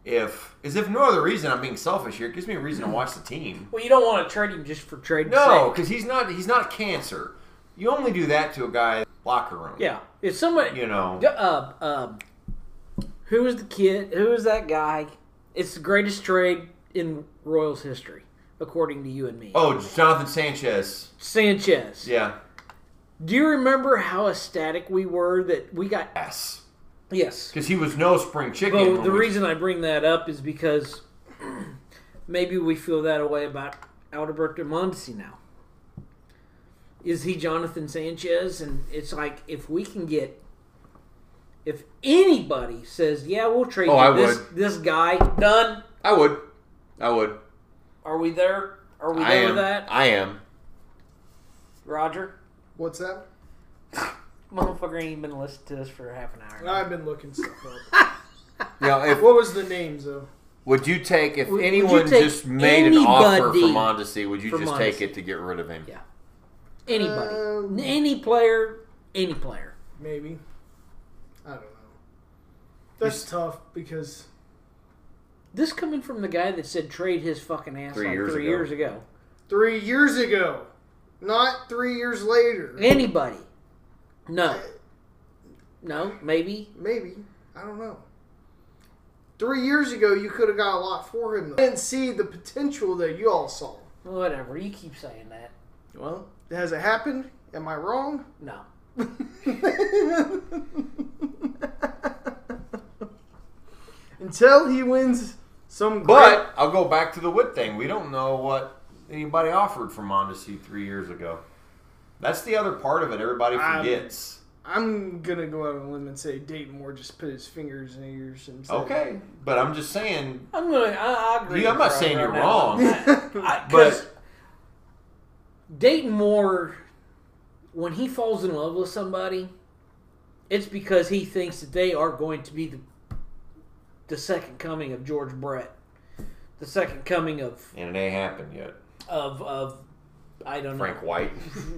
Speaker 2: if, is if no other reason I'm being selfish here. It gives me a reason to watch the team.
Speaker 3: Well, you don't want to trade him just for trading.
Speaker 2: No, because he's not he's not a cancer. You only do that to a guy in the locker room.
Speaker 3: Yeah. If somebody,
Speaker 2: You know.
Speaker 3: Uh, um, who was the kid? Who was that guy? It's the greatest trade in Royals history, according to you and me.
Speaker 2: Oh, Jonathan Sanchez.
Speaker 3: Sanchez.
Speaker 2: Yeah.
Speaker 3: Do you remember how ecstatic we were that we got?
Speaker 2: Yes.
Speaker 3: Yes.
Speaker 2: Because he was no spring chicken.
Speaker 3: Well,
Speaker 2: when
Speaker 3: the
Speaker 2: we-
Speaker 3: reason I bring that up is because maybe we feel that way about Alberto Mondesi now. Is he Jonathan Sanchez? And it's like if we can get, if anybody says, "Yeah, we'll trade
Speaker 2: Oh,
Speaker 3: you
Speaker 2: I
Speaker 3: this
Speaker 2: would.
Speaker 3: this guy," done.
Speaker 2: I would. I would.
Speaker 3: Are we there? Are we
Speaker 2: I
Speaker 3: there
Speaker 2: am.
Speaker 3: with that,
Speaker 2: I am.
Speaker 3: Roger?
Speaker 1: What's that?
Speaker 3: Motherfucker ain't been listening to this for half an hour.
Speaker 1: I've been looking stuff up.
Speaker 2: Now, if
Speaker 1: what was the names though?
Speaker 2: would you take if
Speaker 3: Would- would you
Speaker 2: anyone
Speaker 3: take
Speaker 2: just made an offer for
Speaker 3: anybody
Speaker 2: Mondesi, would you
Speaker 3: for
Speaker 2: just take
Speaker 3: Mondesi?
Speaker 2: it to get rid of him?
Speaker 3: Yeah. Anybody,
Speaker 1: Um,
Speaker 3: any player, any player.
Speaker 1: Maybe. I don't know. That's tough because
Speaker 3: This coming from the guy that said trade his fucking ass
Speaker 2: Three
Speaker 3: like
Speaker 2: years
Speaker 3: three
Speaker 2: ago.
Speaker 3: years ago.
Speaker 1: three years ago, not three years later.
Speaker 3: Anybody? No. No. Maybe.
Speaker 1: Maybe. I don't know. Three years ago, you could have got a lot for him. Though. I didn't see the potential that you all saw.
Speaker 3: Whatever. You keep saying that.
Speaker 1: Well, has it happened? Am I wrong?
Speaker 3: No.
Speaker 1: Until he wins some great-
Speaker 2: But I'll go back to the Wood thing. We don't know what anybody offered for Mondesi three years ago. That's the other part of it. Everybody
Speaker 1: Um,
Speaker 2: forgets.
Speaker 1: I'm gonna go out on a limb and say Dayton Moore just put his fingers in his ears and said,
Speaker 2: Okay, but I'm just saying.
Speaker 3: I'm gonna. I, I agree.
Speaker 2: Yeah, I'm
Speaker 3: with
Speaker 2: not
Speaker 3: Rob
Speaker 2: saying
Speaker 3: right
Speaker 2: you're
Speaker 3: now.
Speaker 2: wrong.
Speaker 3: I,
Speaker 2: But-
Speaker 3: but Dayton Moore, when he falls in love with somebody, it's because he thinks that they are going to be the the second coming of George Brett, the second coming of
Speaker 2: And it ain't happened yet.
Speaker 3: of of I don't know
Speaker 2: Frank White.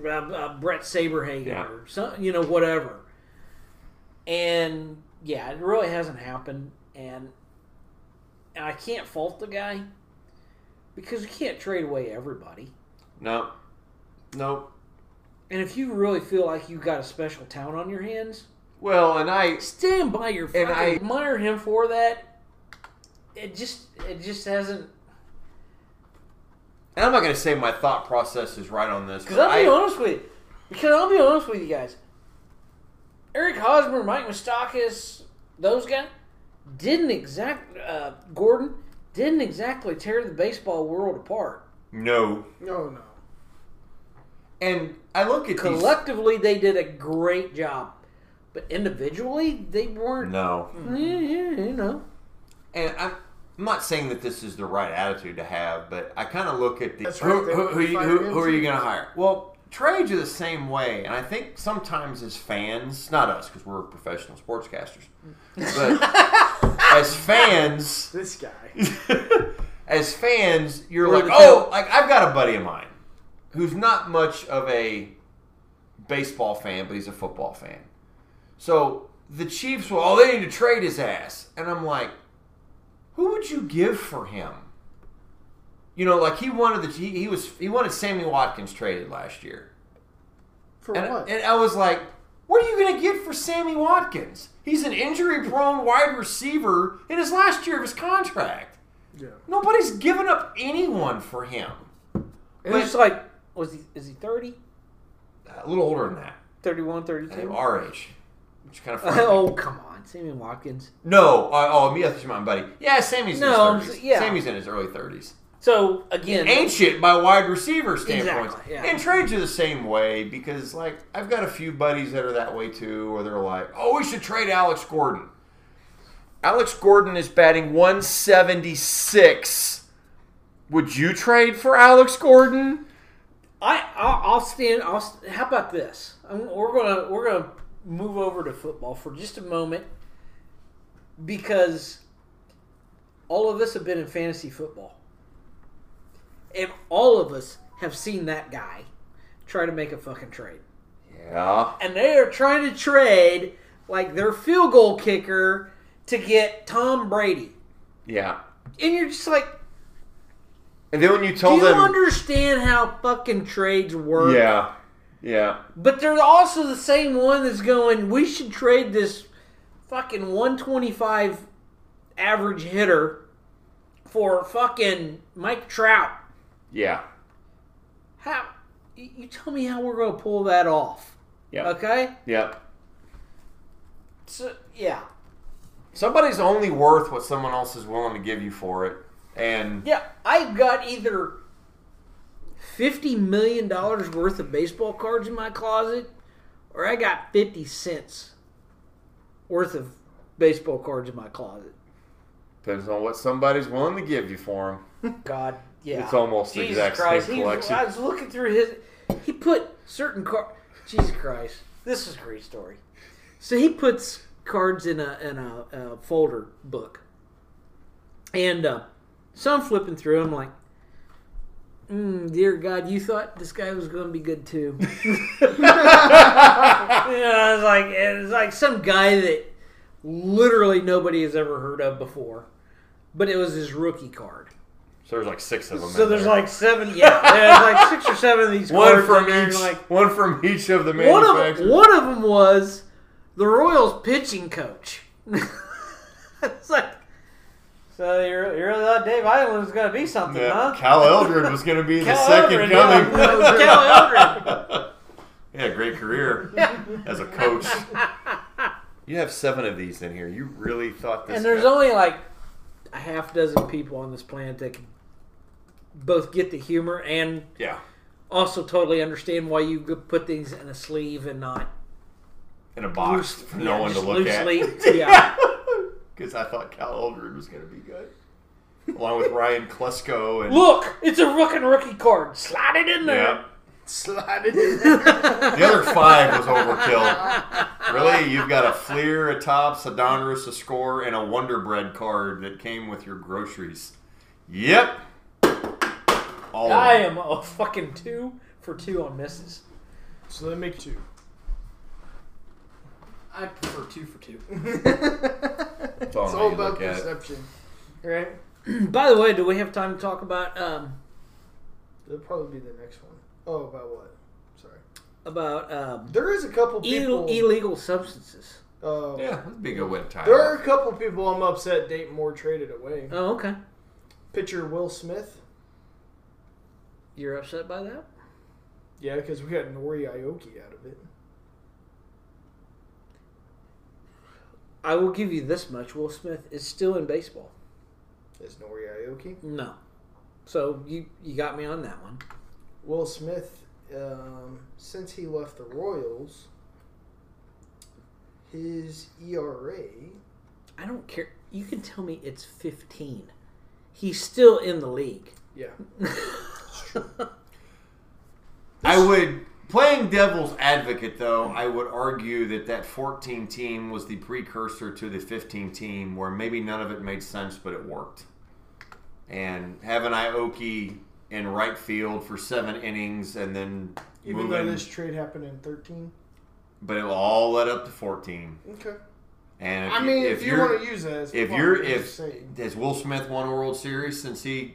Speaker 3: uh, uh, Brett Saberhagen
Speaker 2: Yeah.
Speaker 3: or some, you know, whatever. And yeah, it really hasn't happened, and and I can't fault the guy because you can't trade away everybody.
Speaker 2: No. No.
Speaker 3: And if you really feel like you got a special talent on your hands,
Speaker 2: Well, and I.
Speaker 3: stand by your fucking
Speaker 2: And I-
Speaker 3: admire him for that. It just it just hasn't.
Speaker 2: And I'm not going to say my thought process is right on this.
Speaker 3: Because
Speaker 2: but
Speaker 3: I'll be
Speaker 2: I-
Speaker 3: honest with you. Because I'll be honest with you guys. Eric Hosmer, Mike Mostakis, those guys didn't exact uh, Gordon didn't exactly tear the baseball world apart.
Speaker 2: No.
Speaker 1: "No, no,
Speaker 2: And I look at
Speaker 3: Collectively, they did a great job, but individually, they
Speaker 2: these.
Speaker 3: weren't.
Speaker 2: No.
Speaker 3: Yeah, yeah, you know.
Speaker 2: And I'm, I'm not saying that this is the right attitude to have, but I kind of look at the
Speaker 1: That's
Speaker 2: who,
Speaker 1: right, they
Speaker 2: who,
Speaker 1: would
Speaker 2: who, you-
Speaker 1: fire
Speaker 2: who,
Speaker 1: him
Speaker 2: who are you
Speaker 1: too.
Speaker 2: going to hire? Well, trades are the same way, and I think sometimes as fans, not us because we're professional sportscasters, but as fans.
Speaker 1: this guy."
Speaker 2: as fans, you're
Speaker 3: Or
Speaker 2: like,
Speaker 3: the
Speaker 2: oh,
Speaker 3: Phil-
Speaker 2: like I've got a buddy of mine who's not much of a baseball fan, but he's a football fan. So the Chiefs will, oh, they need to trade his ass, and I'm like, who would you give for him? You know, like he wanted the he, he was he wanted Sammy Watkins traded last year,
Speaker 1: For
Speaker 2: and,
Speaker 1: what?
Speaker 2: and I was like, what are you going to get for Sammy Watkins? He's an injury-prone wide receiver in his last year of his contract.
Speaker 1: yeah.
Speaker 2: Nobody's given up anyone for him.
Speaker 3: It was just like was he is he 30?
Speaker 2: A little older than that.
Speaker 3: 31,
Speaker 2: I think
Speaker 3: 32?
Speaker 2: Our age. Which is kind of funny.
Speaker 3: oh, come on. Sammy Watkins.
Speaker 2: No, uh, oh, me, I thought you meant buddy. Yeah, Sammy's
Speaker 3: No,
Speaker 2: in his 30s.
Speaker 3: yeah.
Speaker 2: Sammy's in his early 30s.
Speaker 3: So, again,
Speaker 2: Ancient by wide receiver standpoints.
Speaker 3: Exactly, yeah.
Speaker 2: And trades are the same way because, like, I've got a few buddies that are that way too, where they're like, oh, we should trade Alex Gordon. Alex Gordon is batting 176. Would you trade for Alex Gordon?
Speaker 3: I I'll, I'll stand. I'll. st- How about this? I'm, we're gonna we're gonna move over to football for just a moment because all of us have been in fantasy football, and all of us have seen that guy try to make a fucking trade,
Speaker 2: Yeah.
Speaker 3: and they are trying to trade like their field goal kicker to get Tom Brady,
Speaker 2: Yeah.
Speaker 3: and you're just like,
Speaker 2: And then when you
Speaker 3: do
Speaker 2: tell
Speaker 3: you
Speaker 2: them.
Speaker 3: understand how fucking trades work?
Speaker 2: yeah. Yeah.
Speaker 3: But they're also the same one that's going, we should trade this fucking 125 average hitter for fucking Mike Trout.
Speaker 2: Yeah.
Speaker 3: How? You you tell me how we're going to pull that off.
Speaker 2: Yeah.
Speaker 3: Okay?
Speaker 2: Yeah.
Speaker 3: So, yeah.
Speaker 2: Somebody's only worth what someone else is willing to give you for it. And
Speaker 3: Yeah, I've got either $50 million worth of baseball cards in my closet, or I got 50 cents worth of baseball cards in my closet.
Speaker 2: depends on what somebody's willing to give you for them.
Speaker 3: God, yeah.
Speaker 2: It's almost the
Speaker 3: Jesus
Speaker 2: exact
Speaker 3: Christ!
Speaker 2: same
Speaker 3: He was,
Speaker 2: collection.
Speaker 3: I was looking through his. He put certain cards. Jesus Christ! This is a great story. So he puts cards in a in a, a folder book, and uh, so I'm flipping through. I'm like, mm, dear God, you thought this guy was going to be good too. You know, I was like, it was like some guy that literally nobody has ever heard of before, but it was his rookie card.
Speaker 2: so there's like six of them.
Speaker 3: So
Speaker 2: in
Speaker 3: there's
Speaker 2: there.
Speaker 3: like seven, yeah, there's like six or seven of these
Speaker 2: one
Speaker 3: cards in
Speaker 2: from
Speaker 3: there,
Speaker 2: each.
Speaker 3: Like
Speaker 2: one from each of the
Speaker 3: one of
Speaker 2: manufacturers.
Speaker 3: one of them was the Royals pitching coach. it's like, so you re- you really thought "Oh, Dave Island was going to be something,
Speaker 2: Yeah,
Speaker 3: huh?
Speaker 2: Cal Eldred was going to be the
Speaker 3: Cal
Speaker 2: second
Speaker 3: Eldred, yeah,
Speaker 2: coming.
Speaker 3: that was Cal Eldred.
Speaker 2: Yeah, great career as a coach. You have seven of these in here. You really thought this?
Speaker 3: And there's
Speaker 2: guy-
Speaker 3: only like a half dozen people on this planet that can both get the humor and
Speaker 2: yeah,
Speaker 3: also totally understand why you could put things in a sleeve and not
Speaker 2: in a box
Speaker 3: loose-
Speaker 2: for
Speaker 3: yeah,
Speaker 2: no one to
Speaker 3: just
Speaker 2: look
Speaker 3: loosely,
Speaker 2: at.
Speaker 3: yeah.
Speaker 2: because I thought Cal Eldred was going to be good, along with Ryan Klesko and
Speaker 3: Look, it's a fucking rookie card. Slide it in there.
Speaker 2: yeah.
Speaker 1: Slide it in.
Speaker 2: The other five was overkill. Really, you've got a Fleer, a Tops, a Donruss, a Score, and a Wonder Bread card that came with your groceries. Yep. All
Speaker 3: I
Speaker 2: of them.
Speaker 3: am a fucking two for two on misses.
Speaker 1: so they make two.
Speaker 3: I prefer two for two.
Speaker 1: it's
Speaker 2: all
Speaker 1: all,
Speaker 2: how you
Speaker 1: about
Speaker 2: look at it.
Speaker 1: perception, right?
Speaker 3: By the way, do we have time to talk about um
Speaker 1: That'll probably be the next one. Oh, about what? Sorry.
Speaker 3: about um
Speaker 1: There is a couple people.
Speaker 3: Ill- illegal substances?
Speaker 1: uh,
Speaker 2: Yeah, that'd be a good way to tie
Speaker 1: There
Speaker 2: it
Speaker 1: are a
Speaker 2: up.
Speaker 1: couple people I'm upset Dayton Moore traded away.
Speaker 3: Oh, okay.
Speaker 1: Pitcher Will Smith.
Speaker 3: You're upset by that?
Speaker 1: Yeah, because we got Nori Aoki out of it.
Speaker 3: I will give you this much. Will Smith is still in baseball.
Speaker 1: Is Nori Aoki?
Speaker 3: No. So you you got me on that one.
Speaker 1: Will Smith, um, since he left the Royals, his E ERA.
Speaker 3: I don't care. You can tell me it's 15. He's still in the league.
Speaker 1: Yeah.
Speaker 2: I would, playing devil's advocate though, I would argue that that 14 team was the precursor to the 15 team where maybe none of it made sense, but it worked. And having Ioki in right field for seven innings and then
Speaker 1: Even
Speaker 2: moving,
Speaker 1: though this trade happened in 13.
Speaker 2: but it all led up to 14.
Speaker 1: Okay.
Speaker 2: And if
Speaker 1: I
Speaker 2: you-
Speaker 1: mean,
Speaker 2: if,
Speaker 1: if, you
Speaker 2: you're-
Speaker 1: want to use that as
Speaker 2: if
Speaker 1: fine,
Speaker 2: you're
Speaker 1: I'm
Speaker 2: if
Speaker 1: just saying.
Speaker 2: has Will Smith won a World Series since he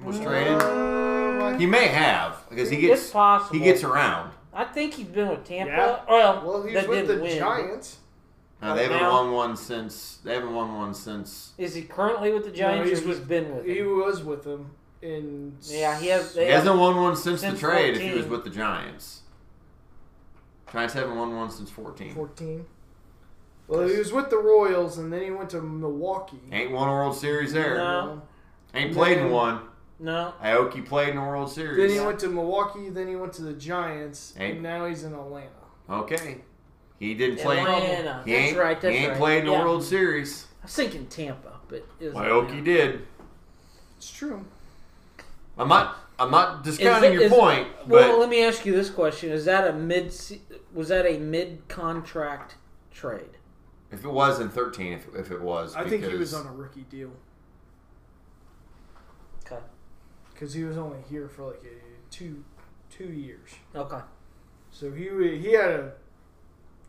Speaker 2: was traded?
Speaker 1: Uh,
Speaker 2: He may have because he
Speaker 3: It's
Speaker 2: gets
Speaker 3: possible.
Speaker 2: he gets around.
Speaker 3: I think he's been with Tampa.
Speaker 1: Yeah.
Speaker 3: Well,
Speaker 1: well, he's
Speaker 3: that
Speaker 1: with
Speaker 3: didn't
Speaker 1: the
Speaker 3: win.
Speaker 1: Giants.
Speaker 2: Now, they haven't
Speaker 3: Now-
Speaker 2: won one since they haven't won one since
Speaker 3: Is he currently with the
Speaker 1: No,
Speaker 3: Giants
Speaker 1: he's
Speaker 3: or he's
Speaker 1: with-
Speaker 3: been with
Speaker 1: He
Speaker 3: them?
Speaker 1: was with them. in
Speaker 3: Yeah, he has-
Speaker 2: He
Speaker 3: they-
Speaker 2: hasn't won one since, the
Speaker 3: Since
Speaker 2: trade. If he
Speaker 3: 14.
Speaker 2: was with the Giants, Giants haven't won one since fourteen.
Speaker 1: 14. Well, he was with the Royals, and then he went to Milwaukee.
Speaker 2: Ain't won a World Series there.
Speaker 3: No.
Speaker 2: Ain't played in one.
Speaker 3: No.
Speaker 2: Aoki played in a World
Speaker 1: Then he
Speaker 2: Series.
Speaker 1: went to Milwaukee. Then he went to the Giants,
Speaker 2: Ain't-
Speaker 1: and now he's in Atlanta.
Speaker 2: Okay, he didn't play.
Speaker 3: Atlanta.
Speaker 2: He
Speaker 3: That's
Speaker 2: ain't,
Speaker 3: right. That's
Speaker 2: he ain't
Speaker 3: right.
Speaker 2: played in a
Speaker 3: yeah.
Speaker 2: World Series.
Speaker 3: I was thinking Tampa, but it was
Speaker 2: Aoki did.
Speaker 1: It's true.
Speaker 2: I'm not. I'm not
Speaker 3: Is
Speaker 2: discounting
Speaker 3: it-
Speaker 2: your
Speaker 3: is-
Speaker 2: point,
Speaker 3: Well,
Speaker 2: but
Speaker 3: let me ask you this question: Is that a mid? Was that a mid-contract trade?
Speaker 2: if it was in 13, if, if it was,
Speaker 1: I think he
Speaker 2: because-
Speaker 1: was on a rookie deal
Speaker 3: Okay.
Speaker 1: because he was only here for like a, two two years.
Speaker 3: Okay.
Speaker 1: So he wa- he had a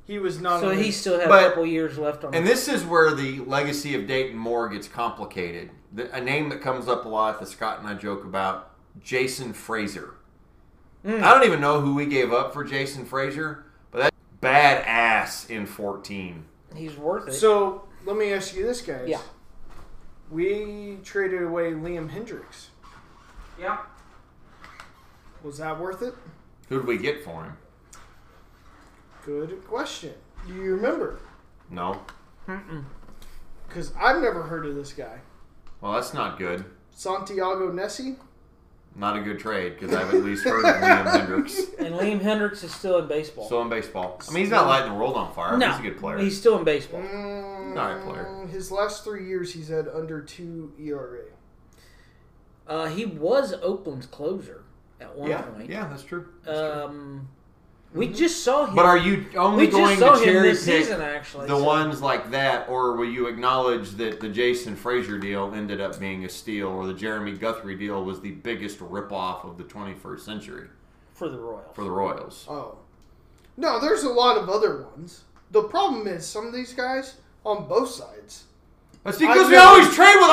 Speaker 1: he was not.
Speaker 3: So
Speaker 1: on
Speaker 3: he
Speaker 1: his-
Speaker 3: still had
Speaker 2: But-
Speaker 3: a couple years left on.
Speaker 2: And this is where the legacy of Dayton Moore gets complicated. The, a name that comes up a lot that Scott and I joke about, Jason Fraser.
Speaker 3: Mm.
Speaker 2: I don't even know who we gave up for Jason Fraser, but that's badass in 14.
Speaker 3: He's worth it.
Speaker 1: So let me ask you this, guys.
Speaker 3: Yeah.
Speaker 1: We traded away Liam Hendricks.
Speaker 3: yeah.
Speaker 1: Was that worth it?
Speaker 2: Who'd we get for him?
Speaker 1: Good question. Do you remember?
Speaker 2: No.
Speaker 3: Mm-mm.
Speaker 1: Because I've never heard of this guy.
Speaker 2: Well, that's not good.
Speaker 1: Santiago Nessie?
Speaker 2: Not a good trade because I've at least heard of Liam Hendricks.
Speaker 3: And Liam Hendricks is still in baseball.
Speaker 2: Still in baseball. I mean, he's not lighting the world on fire. but
Speaker 3: no,
Speaker 2: He's a good player. Mm-hmm.
Speaker 3: He's still in baseball.
Speaker 1: Mm,
Speaker 2: Alright, player.
Speaker 1: His last three years, he's had under two E ERA.
Speaker 3: Uh, he was Oakland's closer at one
Speaker 2: yeah,
Speaker 3: point.
Speaker 2: yeah, that's true. That's true.
Speaker 3: Um, we just saw him.
Speaker 2: But are you only
Speaker 3: we just
Speaker 2: going
Speaker 3: saw
Speaker 2: to
Speaker 3: him
Speaker 2: cherry pick
Speaker 3: this season, actually.
Speaker 2: the
Speaker 3: so-
Speaker 2: ones like that, or will you acknowledge that the Jason Frazier deal ended up being a steal, or the Jeremy Guthrie deal was the biggest ripoff of the 21st century
Speaker 3: for the Royals.
Speaker 2: for the Royals?
Speaker 1: Oh. No, there's a lot of other ones. The problem is, some of these guys on both sides,
Speaker 2: That's
Speaker 1: I
Speaker 2: because we
Speaker 1: know-
Speaker 2: always trade with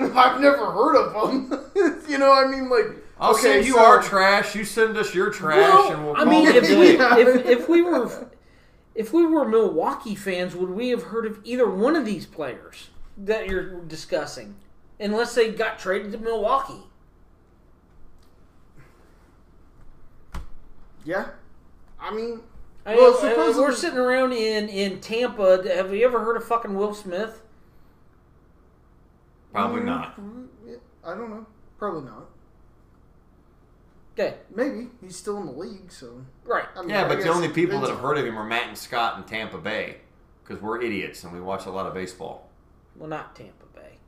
Speaker 2: Oakland.
Speaker 1: I've never heard of them. you know, what I mean, like.
Speaker 2: I'll
Speaker 1: okay,
Speaker 2: send you
Speaker 1: so-
Speaker 2: our trash. You send us your trash,
Speaker 3: Well,
Speaker 2: and we'll.
Speaker 3: I
Speaker 2: call
Speaker 3: mean,
Speaker 2: it
Speaker 3: if,
Speaker 2: a
Speaker 1: we-
Speaker 2: day.
Speaker 1: Yeah.
Speaker 3: if, if we were if we were Milwaukee fans, would we have heard of either one of these players that you're discussing, unless they got traded to Milwaukee?
Speaker 1: Yeah. I mean,
Speaker 3: I
Speaker 1: Well,
Speaker 3: well,
Speaker 1: supposedly-
Speaker 3: we're sitting around in in Tampa. Have you ever heard of fucking Will Smith?
Speaker 2: probably
Speaker 1: mm,
Speaker 2: not.
Speaker 1: mm, yeah, I don't know. Probably not.
Speaker 3: Okay,
Speaker 1: Maybe. He's still in the league, so.
Speaker 3: right.
Speaker 1: I mean,
Speaker 2: Yeah,
Speaker 1: I
Speaker 2: but the
Speaker 1: guess
Speaker 2: only
Speaker 1: it
Speaker 2: people that
Speaker 1: depends
Speaker 2: have heard of him are Matt and Scott in Tampa Bay, because we're idiots and we watch a lot of baseball.
Speaker 3: Well, not Tampa Bay.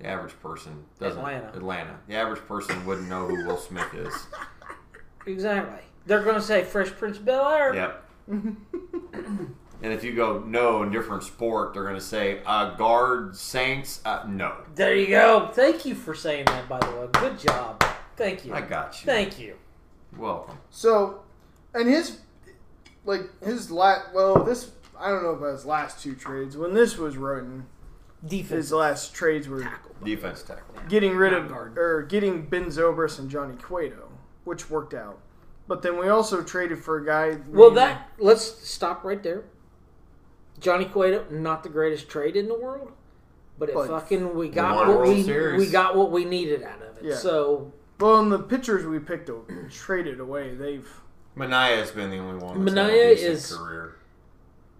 Speaker 2: The average person doesn't.
Speaker 3: Atlanta.
Speaker 2: Atlanta. The average person wouldn't know who Will Smith is.
Speaker 3: Exactly. They're going to say Fresh Prince of Bel Air.
Speaker 2: Yep. and if you go no in different sport, they're gonna say uh, guard Saints. Uh, no,
Speaker 3: There you go. Thank you for saying that, by the way. Good job. Thank you.
Speaker 2: I got you.
Speaker 3: Thank you.
Speaker 2: Well,
Speaker 1: So, and his, like his last, well, this I don't know about his last two trades. When this was written, his
Speaker 3: Defense
Speaker 1: last trades were
Speaker 2: defense tackle.
Speaker 1: getting rid of
Speaker 3: Guard.
Speaker 1: or getting Ben Zobrist and Johnny Cueto, which worked out. But then we also traded for a guy.
Speaker 3: Well,
Speaker 1: named-
Speaker 3: that let's stop right there. Johnny Cueto, not the greatest trade in the world, but it
Speaker 1: But
Speaker 3: fucking we
Speaker 2: won
Speaker 3: got
Speaker 2: a
Speaker 3: what
Speaker 2: World
Speaker 3: we
Speaker 2: Series.
Speaker 3: we got what we needed out of it.
Speaker 1: Yeah.
Speaker 3: So
Speaker 1: well, and the pitchers we picked up, traded away. They've
Speaker 2: Mania has been the only one. That's
Speaker 3: Minaya
Speaker 2: had a decent
Speaker 3: is-
Speaker 2: career.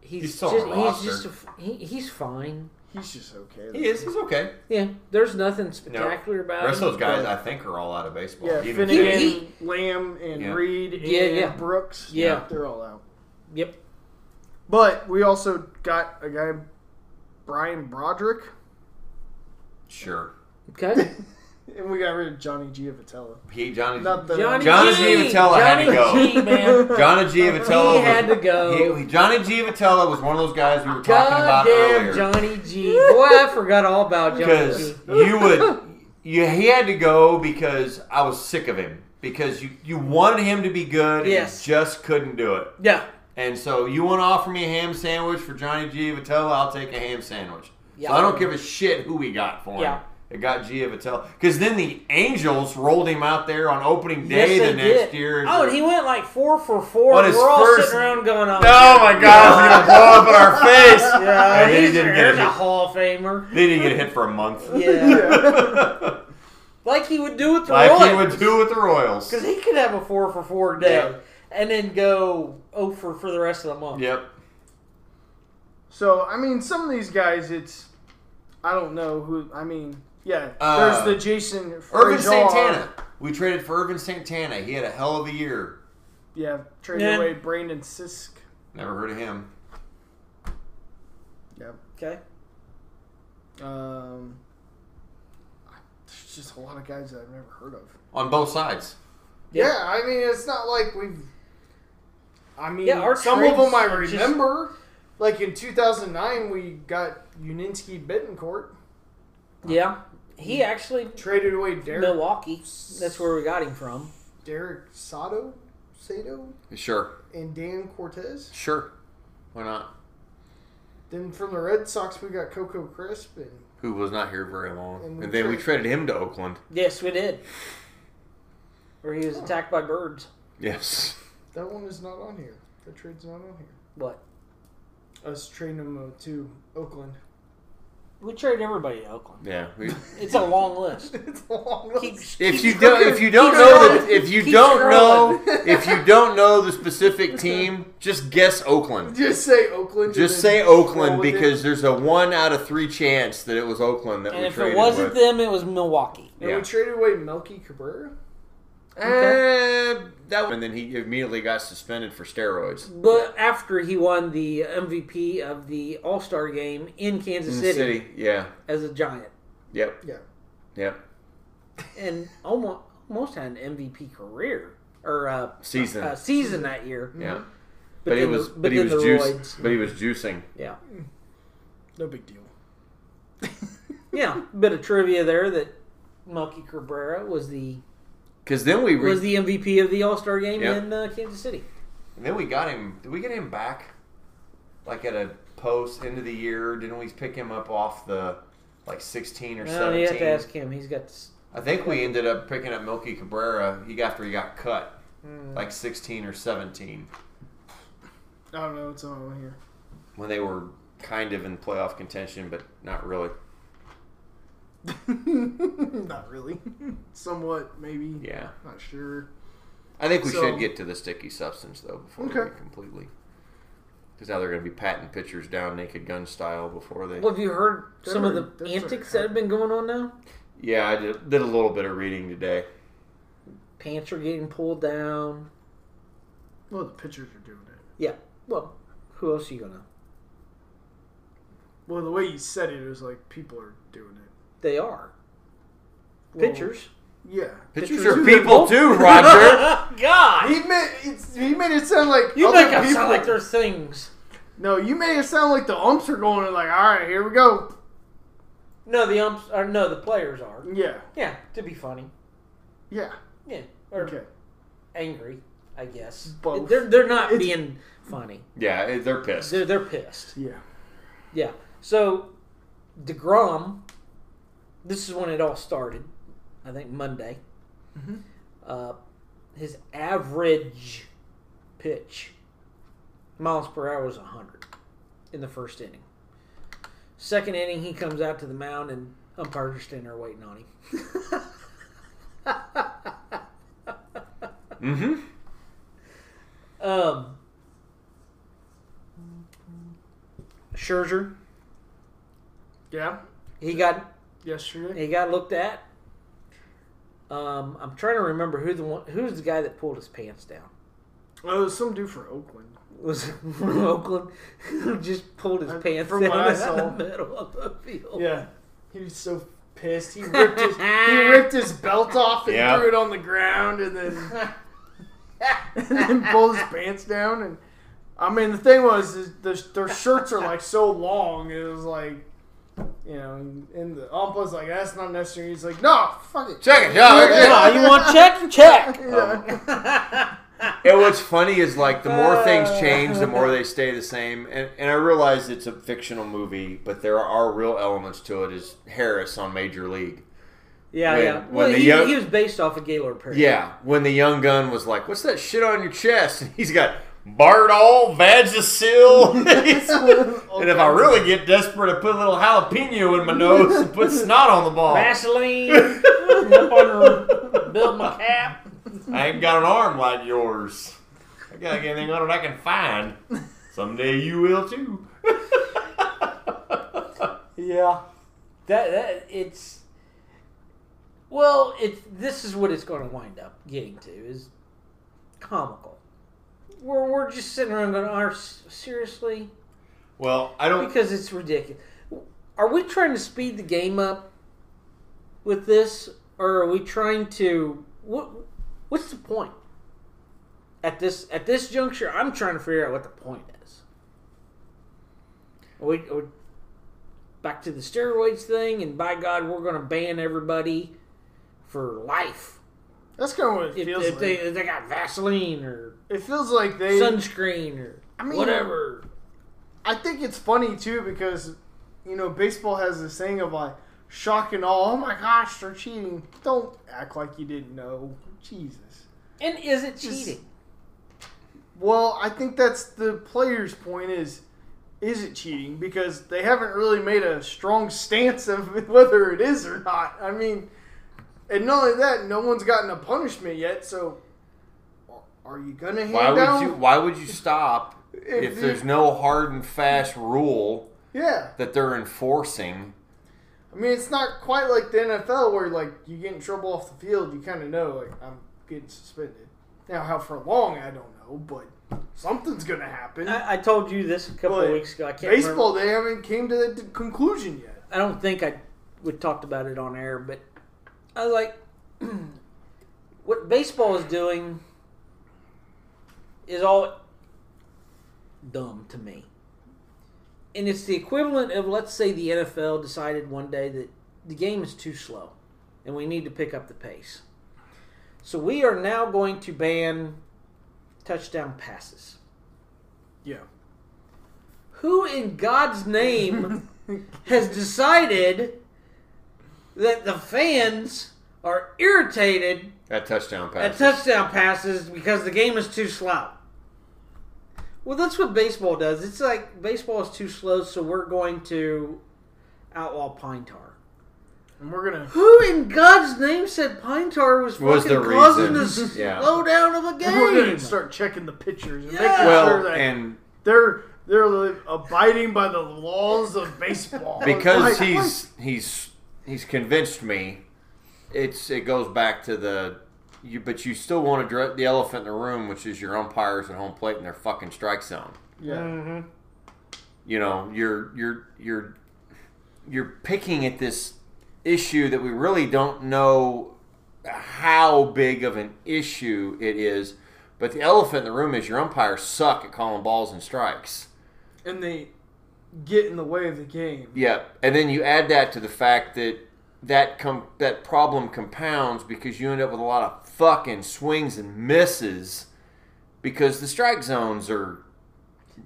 Speaker 3: he's,
Speaker 2: He's still
Speaker 3: just,
Speaker 2: on the
Speaker 3: he's
Speaker 2: roster.
Speaker 3: just a, he, he's fine.
Speaker 1: he's just okay.
Speaker 2: He is. He's okay.
Speaker 3: Yeah, there's nothing spectacular
Speaker 2: The
Speaker 3: about
Speaker 2: rest of
Speaker 3: him.
Speaker 2: those guys,
Speaker 1: but-
Speaker 2: I think, are all out of baseball.
Speaker 1: Yeah,
Speaker 2: Even
Speaker 1: Finnegan,
Speaker 2: Jay-
Speaker 3: He-
Speaker 1: Lamb, and
Speaker 2: Yeah.
Speaker 1: Reed, and
Speaker 3: Yeah, yeah.
Speaker 1: Brooks.
Speaker 3: Yeah.
Speaker 1: they're all out.
Speaker 3: Yep.
Speaker 1: But we also got a guy, Brian Broderick.
Speaker 2: sure.
Speaker 3: Okay.
Speaker 1: And we got rid of Johnny Giovitello.
Speaker 2: He Johnny.
Speaker 1: Not the
Speaker 3: Johnny,
Speaker 2: Johnny
Speaker 3: G.
Speaker 2: Giovatella had to
Speaker 3: Johnny
Speaker 2: go.
Speaker 3: G, man.
Speaker 2: Johnny Giovitello.
Speaker 3: He had
Speaker 2: was-
Speaker 3: to go.
Speaker 2: he- Johnny Giovitello was one of those guys we were talking about
Speaker 3: Goddamn
Speaker 2: earlier.
Speaker 3: Johnny G. Boy, I forgot all about Johnny
Speaker 2: because
Speaker 3: G.
Speaker 2: you would you he had to go because I was sick of him because you you wanted him to be good and
Speaker 3: Yes.
Speaker 2: you just couldn't do it
Speaker 3: Yeah.
Speaker 2: and so you want to offer me a ham sandwich for Johnny Giovitello I'll take a ham sandwich
Speaker 3: Yeah.
Speaker 2: so I don't give a shit who we got for him
Speaker 3: Yeah.
Speaker 2: it got Giovitello because then the Angels rolled him out there on opening
Speaker 3: Yes,
Speaker 2: day
Speaker 3: they
Speaker 2: the next
Speaker 3: did.
Speaker 2: year
Speaker 3: Oh, and he went like four for four.
Speaker 2: On
Speaker 3: and
Speaker 2: his
Speaker 3: We're all
Speaker 2: first-
Speaker 3: sitting around going, "Oh,
Speaker 2: oh my God! It's gonna blow up in our face.
Speaker 3: Yeah,
Speaker 2: and then he
Speaker 3: he's
Speaker 2: didn't
Speaker 3: there's
Speaker 2: get
Speaker 3: a
Speaker 2: a hit.
Speaker 3: Hall of Famer.
Speaker 2: Then he didn't get a hit for a month.
Speaker 3: Yeah. like he would do with the
Speaker 2: Like
Speaker 3: Royals.
Speaker 2: he would do with the Royals.
Speaker 3: Because he could have a four for four day
Speaker 2: Yeah.
Speaker 3: and then go oh for for the rest of the month.
Speaker 2: Yep.
Speaker 1: So I mean, some of these guys, it's I don't know who. I mean, yeah,
Speaker 2: Uh,
Speaker 1: there's the Jason
Speaker 2: Irvin
Speaker 1: Frazier.
Speaker 2: Santana. We traded for Irvin Santana. He had a hell of a year.
Speaker 1: Yeah, traded
Speaker 3: Yeah.
Speaker 1: away Brandon Sisk.
Speaker 2: Never heard of him.
Speaker 1: Yeah,
Speaker 3: Okay.
Speaker 1: um, there's just a lot of guys that I've never heard of.
Speaker 2: On both sides.
Speaker 3: Yeah.
Speaker 1: Yeah, I mean, it's not like we've. I mean,
Speaker 3: Yeah, our
Speaker 1: some of
Speaker 3: trades
Speaker 1: them I
Speaker 3: are just-
Speaker 1: remember. Like in 2009, we got Uninsky Betancourt
Speaker 3: Yeah. He actually
Speaker 1: traded away Derek
Speaker 3: Milwaukee. That's where we got him from.
Speaker 1: Derek Sato, Sato,
Speaker 2: Sure.
Speaker 1: and Dan Cortez.
Speaker 2: Sure. Why not?
Speaker 1: Then from the Red Sox, we got Coco Crisp and
Speaker 2: Who was not here very long.
Speaker 1: And
Speaker 2: And,
Speaker 1: we
Speaker 2: then we
Speaker 1: traded-
Speaker 2: traded him to Oakland.
Speaker 3: Yes, we did. Where he was attacked by birds.
Speaker 2: Yes.
Speaker 1: that one is not on here. That trade's not on here.
Speaker 3: What?
Speaker 1: Us trading him uh, to Oakland.
Speaker 3: We traded everybody to Oakland.
Speaker 2: Yeah. we-
Speaker 3: It's a long list.
Speaker 1: it's a long list.
Speaker 3: Keep-
Speaker 2: if
Speaker 3: keep
Speaker 2: you don't, if you don't
Speaker 3: Keep
Speaker 2: know,
Speaker 3: scrolling.
Speaker 2: the, if you
Speaker 3: Keep
Speaker 2: don't
Speaker 3: scrolling.
Speaker 2: know, if you don't know the specific team, just guess Oakland.
Speaker 1: Just say Oakland.
Speaker 2: Just
Speaker 1: and
Speaker 2: say
Speaker 1: then roll
Speaker 2: Oakland
Speaker 1: with it.
Speaker 2: because there's a one out of three chance that it was Oakland that
Speaker 3: and
Speaker 2: we
Speaker 3: if
Speaker 2: traded
Speaker 3: it wasn't
Speaker 2: with.
Speaker 3: them, it was Milwaukee.
Speaker 1: And
Speaker 2: Yeah.
Speaker 1: we traded away Melky Cabrera.
Speaker 2: Eh, that and then he immediately got suspended for steroids.
Speaker 3: But after he won the MVP of the All Star game in Kansas
Speaker 2: In the
Speaker 3: City,
Speaker 2: city. Yeah.
Speaker 3: as a Giant,
Speaker 2: Yep.
Speaker 1: Yeah.
Speaker 2: Yep.
Speaker 3: Mm-hmm. and almost almost had an MVP career or uh,
Speaker 2: Season.
Speaker 3: uh, season that year.
Speaker 2: yeah. But,
Speaker 3: But,
Speaker 2: he
Speaker 3: then
Speaker 2: was
Speaker 3: the,
Speaker 2: but he
Speaker 3: then
Speaker 2: was
Speaker 3: the
Speaker 2: juicing.
Speaker 3: roids.
Speaker 2: But he was juicing.
Speaker 3: Yeah,
Speaker 1: No big deal.
Speaker 3: yeah. Bit of trivia there that Melky Cabrera was the
Speaker 2: Cuz then we re-
Speaker 3: was the MVP of the All Star game
Speaker 2: Yep.
Speaker 3: in uh, Kansas City.
Speaker 2: And then we got him. Did we get him back? Like at a post end of the year, didn't we pick him up off the like 16 or
Speaker 3: Well, Uh, you have
Speaker 2: 17?
Speaker 3: to ask him. He's got s-
Speaker 2: I think we ended up picking up Milky Cabrera he, after he got cut,
Speaker 3: Hmm.
Speaker 2: like 16 or 17,
Speaker 1: I don't know what's on here.
Speaker 2: when they were kind of in playoff contention, but not really.
Speaker 1: Not really. Somewhat, maybe.
Speaker 2: Yeah,
Speaker 1: Not sure.
Speaker 2: I think we
Speaker 1: So-
Speaker 2: should get to the sticky substance though before we
Speaker 1: Okay.
Speaker 2: completely. Because now they're going to be patting pitchers down naked gun style before they.
Speaker 3: Well, have you heard
Speaker 1: They're
Speaker 3: some of
Speaker 1: already-
Speaker 3: the
Speaker 1: they're already
Speaker 3: antics that have been going on now?
Speaker 2: Yeah, I did, did a little bit of reading today.
Speaker 3: Pants are getting pulled down.
Speaker 1: Well, the pitchers are doing it.
Speaker 3: Yeah. Well, who else are you gonna?
Speaker 1: Well, the way you said it, it was like people are doing it.
Speaker 3: They are
Speaker 1: Well,
Speaker 3: pitchers.
Speaker 1: Yeah.
Speaker 2: Pitchers,
Speaker 3: Pitchers
Speaker 2: are
Speaker 3: do
Speaker 2: people
Speaker 3: both.
Speaker 2: too, Roger.
Speaker 3: God,
Speaker 1: He made it's, he made it sound like
Speaker 3: you
Speaker 1: other
Speaker 3: make it
Speaker 1: people.
Speaker 3: sound like there's things.
Speaker 1: no, you made it sound like the umps are going and like, all right, here we go.
Speaker 3: No, the umps are no, the players are.
Speaker 1: Yeah,
Speaker 3: Yeah, to be funny.
Speaker 1: yeah,
Speaker 3: Yeah, or
Speaker 1: okay.
Speaker 3: angry, I guess.
Speaker 1: Both.
Speaker 3: They're they're not
Speaker 1: It's-
Speaker 3: being funny.
Speaker 2: yeah, eh, they're pissed.
Speaker 3: They're they're pissed.
Speaker 1: Yeah,
Speaker 3: Yeah. So DeGrom, this is when it all started. I think Monday.
Speaker 1: Mhm.
Speaker 3: Uh, his average pitch, miles per hour, was 100 in the first inning. Second inning, he comes out to the mound, and umpires are standing there waiting on him.
Speaker 2: Mm-hmm.
Speaker 3: Um, Scherzer,
Speaker 1: yeah.
Speaker 3: he got
Speaker 1: Yesterday,
Speaker 3: he got looked at. Um, I'm trying to remember who the one, who's the guy that pulled his pants down.
Speaker 1: oh, it was some dude from Oakland.
Speaker 3: Was it from Oakland who just pulled his
Speaker 1: Uh,
Speaker 3: pants
Speaker 1: from
Speaker 3: down
Speaker 1: what I
Speaker 3: out
Speaker 1: saw.
Speaker 3: the middle of the field?
Speaker 1: Yeah, he was so pissed. He ripped his he ripped his belt off and
Speaker 2: Yeah.
Speaker 1: threw it on the ground, and then and then pulled his pants down. And I mean, the thing was, is the, their shirts are like so long. It was like, you know, and, and the ump was like, "That's not necessary." He's like, "No, fuck it."
Speaker 2: Check Um, it, John.
Speaker 3: Come on, you want check? Check.
Speaker 1: Yeah.
Speaker 2: And what's funny is like the more things change, the more they stay the same. And, and I realize it's a fictional movie, but there are real elements to it. Is Harris on Major League?
Speaker 3: Yeah,
Speaker 2: When-
Speaker 3: yeah.
Speaker 2: when
Speaker 3: Well,
Speaker 2: the
Speaker 3: he,
Speaker 2: young-
Speaker 3: he was based off of Gaylord Perry.
Speaker 2: Yeah, when the young gun was like, "What's that shit on your chest?" and he's got Bardol, Vagisil. and
Speaker 1: and
Speaker 2: if I really get desperate, I put a little jalapeno in my nose and put snot on the ball.
Speaker 3: Vaseline, up under, build my cap.
Speaker 2: I ain't got an arm like yours. I got to get anything on it I can find. Someday you will too.
Speaker 3: Yeah, that that it's. Well, it's this is what it's going to wind up getting to is comical. We're we're just sitting around going, "Are seriously?"
Speaker 2: well, I don't.
Speaker 3: Because it's ridiculous. Are we trying to speed the game up with this, or are we trying to what? What's the point? At this at this juncture, I'm trying to figure out what the point is. Are we, are we back to the steroids thing, and by God, we're going to ban everybody for life
Speaker 1: That's kind of what it
Speaker 3: if,
Speaker 1: feels
Speaker 3: if
Speaker 1: like.
Speaker 3: they if they got Vaseline or
Speaker 1: it feels like they.
Speaker 3: sunscreen or
Speaker 1: I mean-
Speaker 3: whatever.
Speaker 1: I think it's funny too because, you know, baseball has this thing of like shock and awe. Oh my gosh, they're cheating! Don't act like you didn't know. Jesus.
Speaker 3: And is it
Speaker 1: Just-
Speaker 3: cheating?
Speaker 1: Well, I think that's the players' point is is it cheating because they haven't really made a strong stance of whether it is or not. I mean, and not only that, no one's gotten a punishment yet. So, are you gonna hand
Speaker 2: Why
Speaker 1: down?
Speaker 2: would you? Why would you stop
Speaker 1: If
Speaker 2: if
Speaker 1: you-
Speaker 2: there's no hard and fast rule
Speaker 1: Yeah,
Speaker 2: that they're enforcing?
Speaker 1: I mean, it's not quite like the NFL where like you get in trouble off the field, you kind of know like I'm getting suspended. Now, how for long, I don't know, but something's gonna happen.
Speaker 3: I, I told you this a couple of
Speaker 1: But
Speaker 3: weeks ago. I can't
Speaker 1: Baseball,
Speaker 3: remember.
Speaker 1: they haven't came to the conclusion yet.
Speaker 3: I don't think I we talked about it on air, but I was like, what baseball is doing is all dumb to me, and it's the equivalent of let's say the NFL decided one day that the game is too slow, and we need to pick up the pace. So we are now going to ban touchdown passes.
Speaker 1: Yeah.
Speaker 3: Who in God's name has decided that the fans are irritated
Speaker 2: That touchdown pass.
Speaker 3: at touchdown passes because the game is too slow. Well, that's what baseball does. It's like baseball is too slow, so we're going to outlaw pine tar.
Speaker 1: And we're gonna
Speaker 3: Who in God's name said pine tar was fucking
Speaker 2: Was the
Speaker 3: causing the
Speaker 2: reason. Yeah.
Speaker 3: slowdown of a game?
Speaker 1: We're gonna start checking the pictures and making
Speaker 3: Yeah.
Speaker 1: sure
Speaker 2: well,
Speaker 1: that
Speaker 2: and
Speaker 1: they're they're abiding by the laws of baseball.
Speaker 2: because
Speaker 1: Like,
Speaker 2: he's he's he's convinced me. It's it goes back to the you, but you still want to address the elephant in the room, which is your umpires at home plate in their fucking strike zone.
Speaker 1: yeah,
Speaker 2: you know you're you're you're you're picking at this issue that we really don't know how big of an issue it is but the elephant in the room is your umpires suck at calling balls and strikes
Speaker 1: and they get in the way of the game.
Speaker 2: yeah and then you add that to the fact that that com- that problem compounds because you end up with a lot of fucking swings and misses because the strike zones are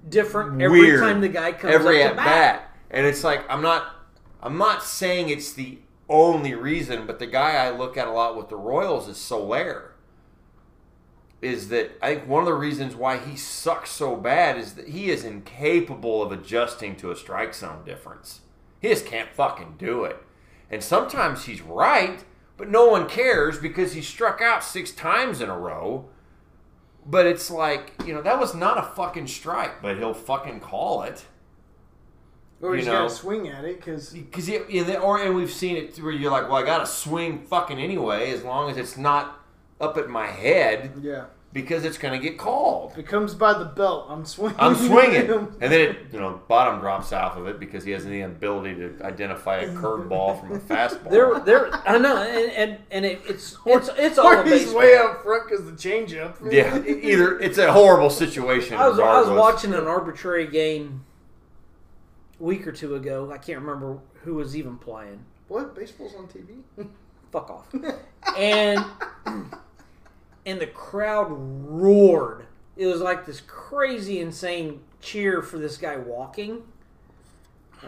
Speaker 3: different every
Speaker 2: weird.
Speaker 3: time the guy comes
Speaker 2: every at
Speaker 3: up to bat.
Speaker 2: and it's like I'm not I'm not saying it's the only reason, but the guy I look at a lot with the Royals is Solaire. Is that I think one of the reasons why he sucks so bad is that he is incapable of adjusting to a strike zone difference. He just can't fucking do it. And sometimes he's right, but no one cares because he struck out six times in a row. But it's like, you know, that was not a fucking strike, but he'll fucking call it.
Speaker 1: Or
Speaker 2: You
Speaker 1: he's
Speaker 2: know.
Speaker 1: gotta swing at it because
Speaker 2: Because or and we've seen it where you're like, well, I gotta swing fucking anyway, as long as it's not up at my head,
Speaker 1: yeah,
Speaker 2: because it's gonna get called.
Speaker 1: if it comes by the belt, I'm swinging.
Speaker 2: I'm swinging,
Speaker 1: Him.
Speaker 2: and then it, you know, bottom drops off of it because he has the ability to identify a curveball from a fastball.
Speaker 3: There, there. I know, and and, and it, it's it's it's all
Speaker 1: Or
Speaker 3: a
Speaker 1: he's
Speaker 3: baseball.
Speaker 1: way out front because the changeup.
Speaker 2: yeah, e- either it's a horrible situation.
Speaker 3: I was, I was
Speaker 2: regardless.
Speaker 3: watching an arbitrary game a week or two ago. I can't remember who was even playing.
Speaker 1: What baseball's on TV?
Speaker 3: Fuck off. And and the crowd roared. It was like this crazy, insane cheer for this guy walking. I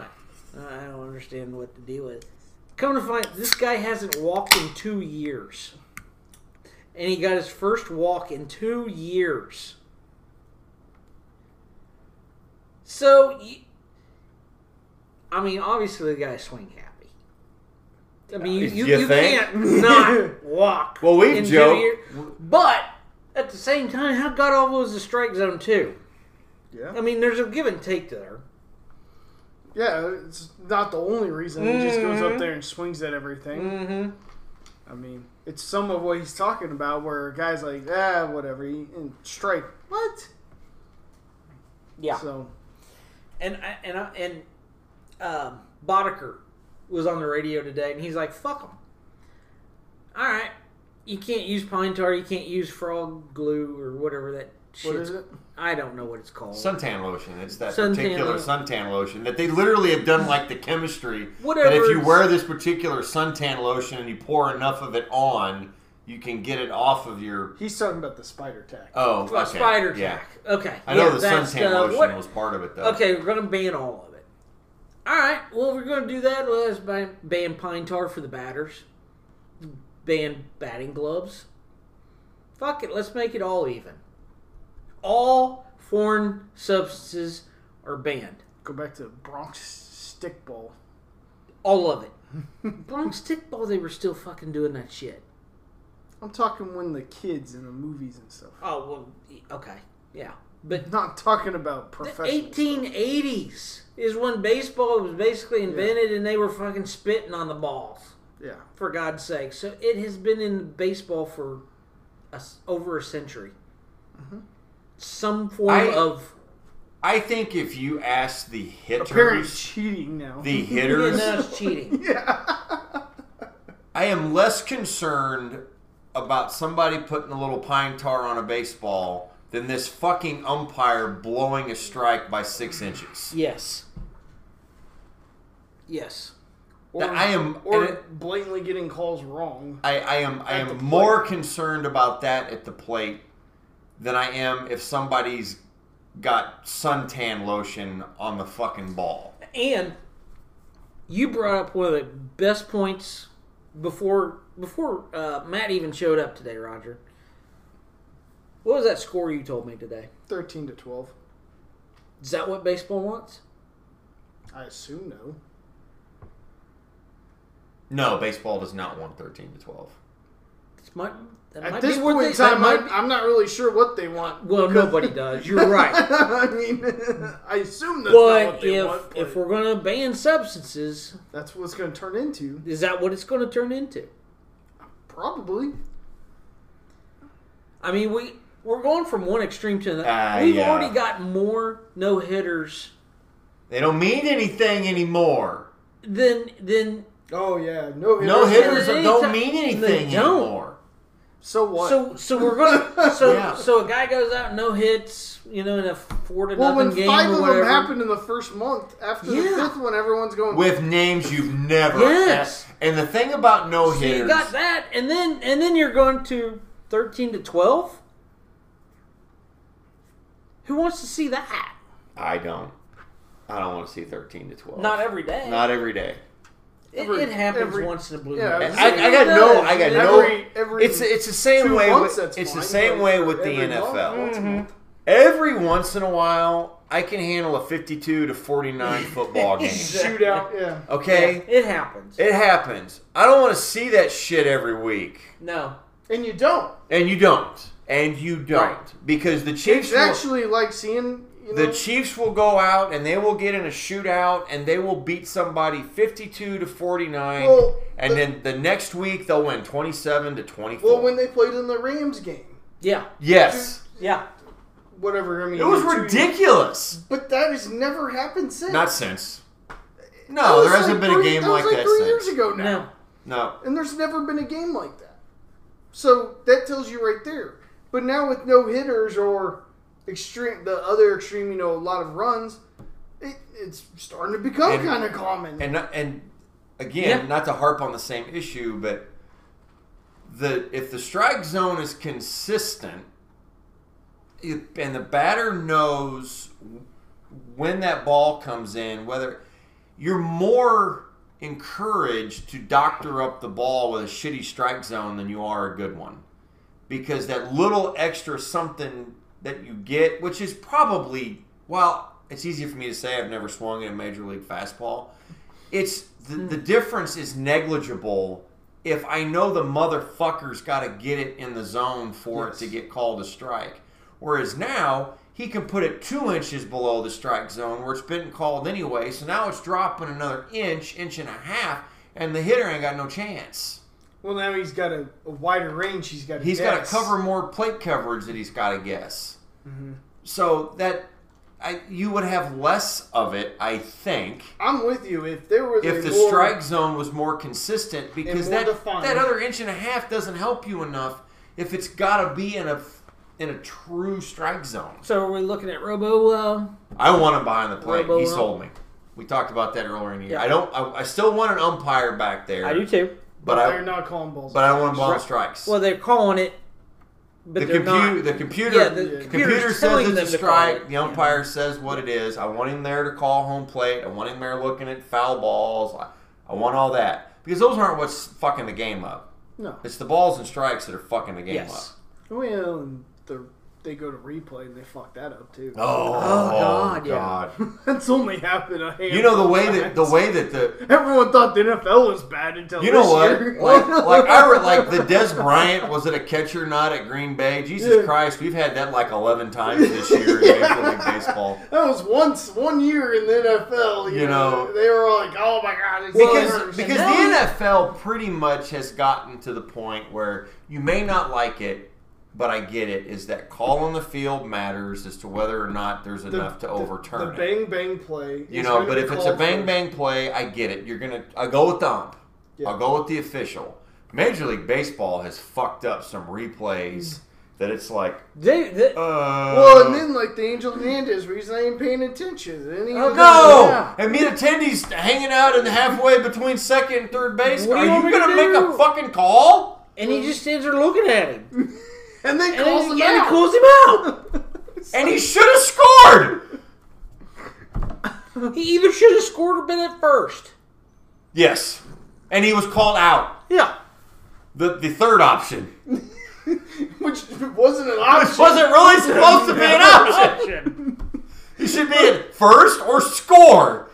Speaker 3: I don't understand what to deal with. Come to find, this guy hasn't walked in two years, and he got his first walk in two years. So, y- I mean, obviously the guy's swing happy. I mean, you, you,
Speaker 2: You
Speaker 3: you,
Speaker 2: think?
Speaker 3: can't not walk.
Speaker 2: Well, we've
Speaker 3: in two
Speaker 2: joked-
Speaker 3: years. but at the same time, how god awful is the strike zone too? I
Speaker 1: Yeah.
Speaker 3: mean, there's a give and take there.
Speaker 1: Yeah, it's not the only reason. He just goes
Speaker 3: Mhm.
Speaker 1: up there and swings at everything.
Speaker 3: Mm-hmm.
Speaker 1: I mean, it's some of what he's talking about where a guy's like, ah, whatever, he- and strike. What?
Speaker 3: Yeah.
Speaker 1: So,
Speaker 3: and I, and I, and um, Boddicker was on the radio today, and he's like, "Fuck them." All right, you can't use pine tar, you can't use frog glue or whatever that shit.
Speaker 1: what is it?
Speaker 3: I don't know what it's called.
Speaker 2: Suntan lotion. It's that
Speaker 3: Suntan
Speaker 2: particular
Speaker 3: lotion.
Speaker 2: suntan lotion that they literally have done like the chemistry.
Speaker 3: Whatever
Speaker 2: That if you
Speaker 3: it's-
Speaker 2: wear this particular suntan lotion and you pour enough of it on, you can get it off of your.
Speaker 1: He's talking about the spider tack.
Speaker 2: Oh,
Speaker 3: Well,
Speaker 2: okay.
Speaker 3: spider
Speaker 2: Yeah.
Speaker 3: tack. Okay,
Speaker 2: I know
Speaker 3: Yeah,
Speaker 2: the
Speaker 3: that's,
Speaker 2: suntan
Speaker 3: uh,
Speaker 2: lotion
Speaker 3: what-
Speaker 2: was part of it though.
Speaker 3: Okay, we're gonna ban all of it. All right. Well, if we're gonna do that. Let's ban, ban pine tar for the batters. Ban batting gloves. Fuck it. Let's make it all even. All foreign substances are banned.
Speaker 1: Go back to Bronx stick ball.
Speaker 3: All of it. Bronx stickball. They were still fucking doing that shit.
Speaker 1: I'm talking when the kids in the movies and stuff.
Speaker 3: Oh well. y- Okay. Yeah. But
Speaker 1: Not talking about professional. stuff.
Speaker 3: 1880s is when baseball was basically invented, and they were fucking spitting on the balls.
Speaker 1: Yeah.
Speaker 3: for God's sake. So it has been in baseball for a s over a century.
Speaker 1: Mm-hmm.
Speaker 3: Some form
Speaker 2: I-
Speaker 3: of
Speaker 2: I think if you ask the
Speaker 1: Apparently
Speaker 2: hitters,
Speaker 1: cheating now.
Speaker 2: the
Speaker 3: Yeah,
Speaker 2: hitters,
Speaker 3: no, it's cheating.
Speaker 1: yeah.
Speaker 2: I am less concerned about somebody putting a little pine tar on a baseball than this fucking umpire blowing a strike by six inches.
Speaker 3: Yes. Yes.
Speaker 1: or,
Speaker 2: I am,
Speaker 1: or
Speaker 2: and it-
Speaker 1: blatantly getting calls wrong.
Speaker 2: I, I am, I
Speaker 1: At the
Speaker 2: am
Speaker 1: plate.
Speaker 2: more concerned about that at the plate than I am if somebody's got suntan lotion on the fucking ball.
Speaker 3: And you brought up one of the best points before before uh, Matt even showed up today, Roger. What was that score you told me today?
Speaker 1: 13 to 12.
Speaker 3: Is that what baseball wants?
Speaker 1: I assume no.
Speaker 2: No, baseball does not want thirteen to twelve.
Speaker 3: This might, that
Speaker 1: At
Speaker 3: might
Speaker 1: this
Speaker 3: be what
Speaker 1: point
Speaker 3: they,
Speaker 1: in
Speaker 3: that
Speaker 1: time,
Speaker 3: might
Speaker 1: I,
Speaker 3: be-
Speaker 1: I'm not really sure what they want.
Speaker 3: Well,
Speaker 1: because-
Speaker 3: nobody does. You're right.
Speaker 1: I mean, I assume that's not what
Speaker 3: But
Speaker 1: they
Speaker 3: if
Speaker 1: want. But
Speaker 3: if we're gonna ban substances,
Speaker 1: that's what it's going to turn into,
Speaker 3: is that what it's gonna turn into?
Speaker 1: probably.
Speaker 3: I mean, we we're going from one extreme to another.
Speaker 2: Ah,
Speaker 3: We've
Speaker 2: yeah.
Speaker 3: already got more no hitters
Speaker 2: They don't mean anything anymore.
Speaker 3: than than
Speaker 1: Oh yeah, no hitters.
Speaker 2: No hitters
Speaker 3: They
Speaker 2: don't
Speaker 3: don't-
Speaker 2: mean
Speaker 3: they
Speaker 2: anything
Speaker 3: don't.
Speaker 2: anymore.
Speaker 1: So what?
Speaker 3: so so we're gonna so
Speaker 2: Yeah.
Speaker 3: so a guy goes out no hits, you know, in a four to
Speaker 1: well, when
Speaker 3: nothing game
Speaker 1: five
Speaker 3: or
Speaker 1: of
Speaker 3: whatever.
Speaker 1: them happened in the first month, after
Speaker 3: Yeah.
Speaker 1: the fifth one, everyone's going.
Speaker 2: with names you've never
Speaker 3: Yes.
Speaker 2: and the thing about no
Speaker 3: so
Speaker 2: hitters
Speaker 3: you got that, and then and then you're going to thirteen to twelve. Who wants to see that?
Speaker 2: i don't i don't want to see 13 to 12
Speaker 3: Not every day.
Speaker 2: not every day
Speaker 3: it,
Speaker 1: every-
Speaker 3: it happens
Speaker 1: every-
Speaker 3: once in a blue
Speaker 1: Yeah,
Speaker 3: moon.
Speaker 1: was
Speaker 2: I, I got no i got
Speaker 1: every,
Speaker 2: no
Speaker 1: every
Speaker 2: it's it's the same
Speaker 1: two
Speaker 2: way
Speaker 1: months,
Speaker 2: with,
Speaker 1: that's
Speaker 2: it's the
Speaker 1: fine,
Speaker 2: same
Speaker 1: but
Speaker 2: way with the
Speaker 1: every
Speaker 2: nfl
Speaker 1: month, once a month.
Speaker 2: every once in a while i can handle a 52 to 49 football game
Speaker 1: Shootout, yeah.
Speaker 2: okay
Speaker 3: It happens.
Speaker 2: it happens i don't want to see that shit every week
Speaker 3: no.
Speaker 1: And you don't.
Speaker 2: and you don't and you don't
Speaker 3: Right.
Speaker 2: because the chiefs
Speaker 1: It's
Speaker 2: will-
Speaker 1: actually like seeing you know
Speaker 2: The Chiefs will go out and they will get in a shootout and they will beat somebody 52 to 49
Speaker 1: Well,
Speaker 2: and
Speaker 1: the-
Speaker 2: then the next week they'll win 27 to 24.
Speaker 1: well when they played in the Rams game,
Speaker 3: Yeah.
Speaker 2: yes.
Speaker 3: Yeah.
Speaker 1: whatever. I mean,
Speaker 2: It was
Speaker 1: two years-
Speaker 2: ridiculous.
Speaker 1: But that has never happened since.
Speaker 2: Not since.
Speaker 1: That
Speaker 2: No,
Speaker 1: was
Speaker 2: there hasn't
Speaker 1: like
Speaker 2: been a
Speaker 1: three-
Speaker 2: game like
Speaker 1: was
Speaker 2: that
Speaker 1: three years
Speaker 2: since.
Speaker 1: ago now.
Speaker 3: No.
Speaker 2: No.
Speaker 1: and there's never been a game like that. So that tells you right there. But now with no hitters or extreme, the other extreme, you know, a lot of runs, it, it's starting to become
Speaker 2: And-
Speaker 1: kind of common.
Speaker 2: And and again,
Speaker 3: Yeah.
Speaker 2: not to harp on the same issue, but the if the strike zone is consistent, it, and the batter knows when that ball comes in, whether you're more encouraged to doctor up the ball with a shitty strike zone than you are a good one. Because that little extra something that you get, which is probably, well, it's easy for me to say I've never swung at a major league fastball. It's the, the difference is negligible if I know the motherfucker's got to get it in the zone for
Speaker 1: Yes.
Speaker 2: it to get called a strike. Whereas now he can put it two inches below the strike zone where it's been called anyway. So now it's dropping another inch, inch and a half, and the hitter ain't got no chance.
Speaker 1: Well, now he's got a, a wider range. He's got.
Speaker 2: He's got
Speaker 1: guess.
Speaker 2: to cover more plate coverage that he's got to guess.
Speaker 1: Mm-hmm.
Speaker 2: So that I, you would have less of it, I think,
Speaker 1: I'm with you. If there was a
Speaker 2: if the
Speaker 1: more,
Speaker 2: strike zone was more consistent, because
Speaker 1: more
Speaker 2: that
Speaker 1: defined.
Speaker 2: that other inch and a half doesn't help you enough if it's got to be in a in a true strike zone.
Speaker 3: So are we looking at Robo? Uh,
Speaker 2: I want him behind the plate.
Speaker 3: Robo
Speaker 2: he
Speaker 3: ump.
Speaker 2: sold me. We talked about that earlier in the year.
Speaker 3: Yeah.
Speaker 2: I don't. I, I still want an umpire back there.
Speaker 3: I do too.
Speaker 2: but
Speaker 1: they're
Speaker 2: I
Speaker 1: not calling balls.
Speaker 2: but I want him ball
Speaker 3: Right.
Speaker 2: strikes.
Speaker 3: Well, they're calling it, but
Speaker 2: the
Speaker 3: they're
Speaker 2: computer,
Speaker 3: not.
Speaker 2: the computer,
Speaker 3: yeah, the
Speaker 1: Yeah.
Speaker 3: computer's
Speaker 2: Computer
Speaker 3: telling
Speaker 2: says it's
Speaker 3: them
Speaker 2: a
Speaker 3: to call
Speaker 2: strike.
Speaker 3: it,
Speaker 2: The
Speaker 3: you know.
Speaker 2: umpire says what it is. I want him there to call home plate. I want him there looking at foul balls. I, I want all that because those aren't what's fucking the game up.
Speaker 1: no.
Speaker 2: It's the balls and strikes that are fucking the game
Speaker 3: Yes.
Speaker 2: up.
Speaker 1: Well, and the, they go to replay and they fuck that up too.
Speaker 2: Oh,
Speaker 3: Oh, God, yeah.
Speaker 1: That's only happened a handful.
Speaker 2: You know the way that
Speaker 1: times.
Speaker 2: the way that the
Speaker 1: everyone thought the NFL was bad until
Speaker 2: you know
Speaker 1: this
Speaker 2: what
Speaker 1: year.
Speaker 2: like like I re- like the Des Bryant was it a catcher not at Green Bay? Jesus
Speaker 1: Yeah.
Speaker 2: Christ, we've had that like eleven times this year in Major League Baseball.
Speaker 1: That was once one year in the NFL. You,
Speaker 2: You
Speaker 1: know,
Speaker 2: know.
Speaker 1: they were like, "Oh my god!" It's
Speaker 2: because
Speaker 1: worse.
Speaker 2: because
Speaker 1: And now-
Speaker 2: the NFL pretty much has gotten to the point where you may not like it, but I get it. Is that call on the field matters as to whether or not there's enough to
Speaker 1: the
Speaker 2: overturn it.
Speaker 1: bang bang play.
Speaker 2: You
Speaker 1: is
Speaker 2: know,
Speaker 1: gonna
Speaker 2: but
Speaker 1: be
Speaker 2: if it's a
Speaker 1: called
Speaker 2: bang
Speaker 1: for-
Speaker 2: bang play, I get it. You're gonna I go with the ump.
Speaker 1: Yeah.
Speaker 2: I'll go with the official. Major League Baseball has fucked up some replays that it's like,
Speaker 3: They, they,
Speaker 1: Mm.
Speaker 2: uh,
Speaker 1: Well, and then like the Angel Hernandez reason I ain't paying attention. Then he
Speaker 3: Oh,
Speaker 1: was
Speaker 2: No,
Speaker 1: like,
Speaker 2: and me and attendees hanging out in the halfway between second and third base.
Speaker 3: What do
Speaker 2: Are
Speaker 3: you want
Speaker 2: you
Speaker 3: me to
Speaker 2: gonna make a
Speaker 3: do?
Speaker 2: fucking call?
Speaker 3: and he just stands there looking at him,
Speaker 1: "Yeah." and then
Speaker 3: and,
Speaker 1: calls
Speaker 3: he,
Speaker 1: him
Speaker 3: and he
Speaker 1: out.
Speaker 3: calls him out.
Speaker 2: And he should have scored.
Speaker 3: he either should have scored or been at first.
Speaker 2: Yes, and he was called out.
Speaker 3: Yeah,
Speaker 2: The the third option,
Speaker 1: which wasn't an
Speaker 2: which
Speaker 1: option.
Speaker 2: wasn't really supposed to be an option. He should be in first or score.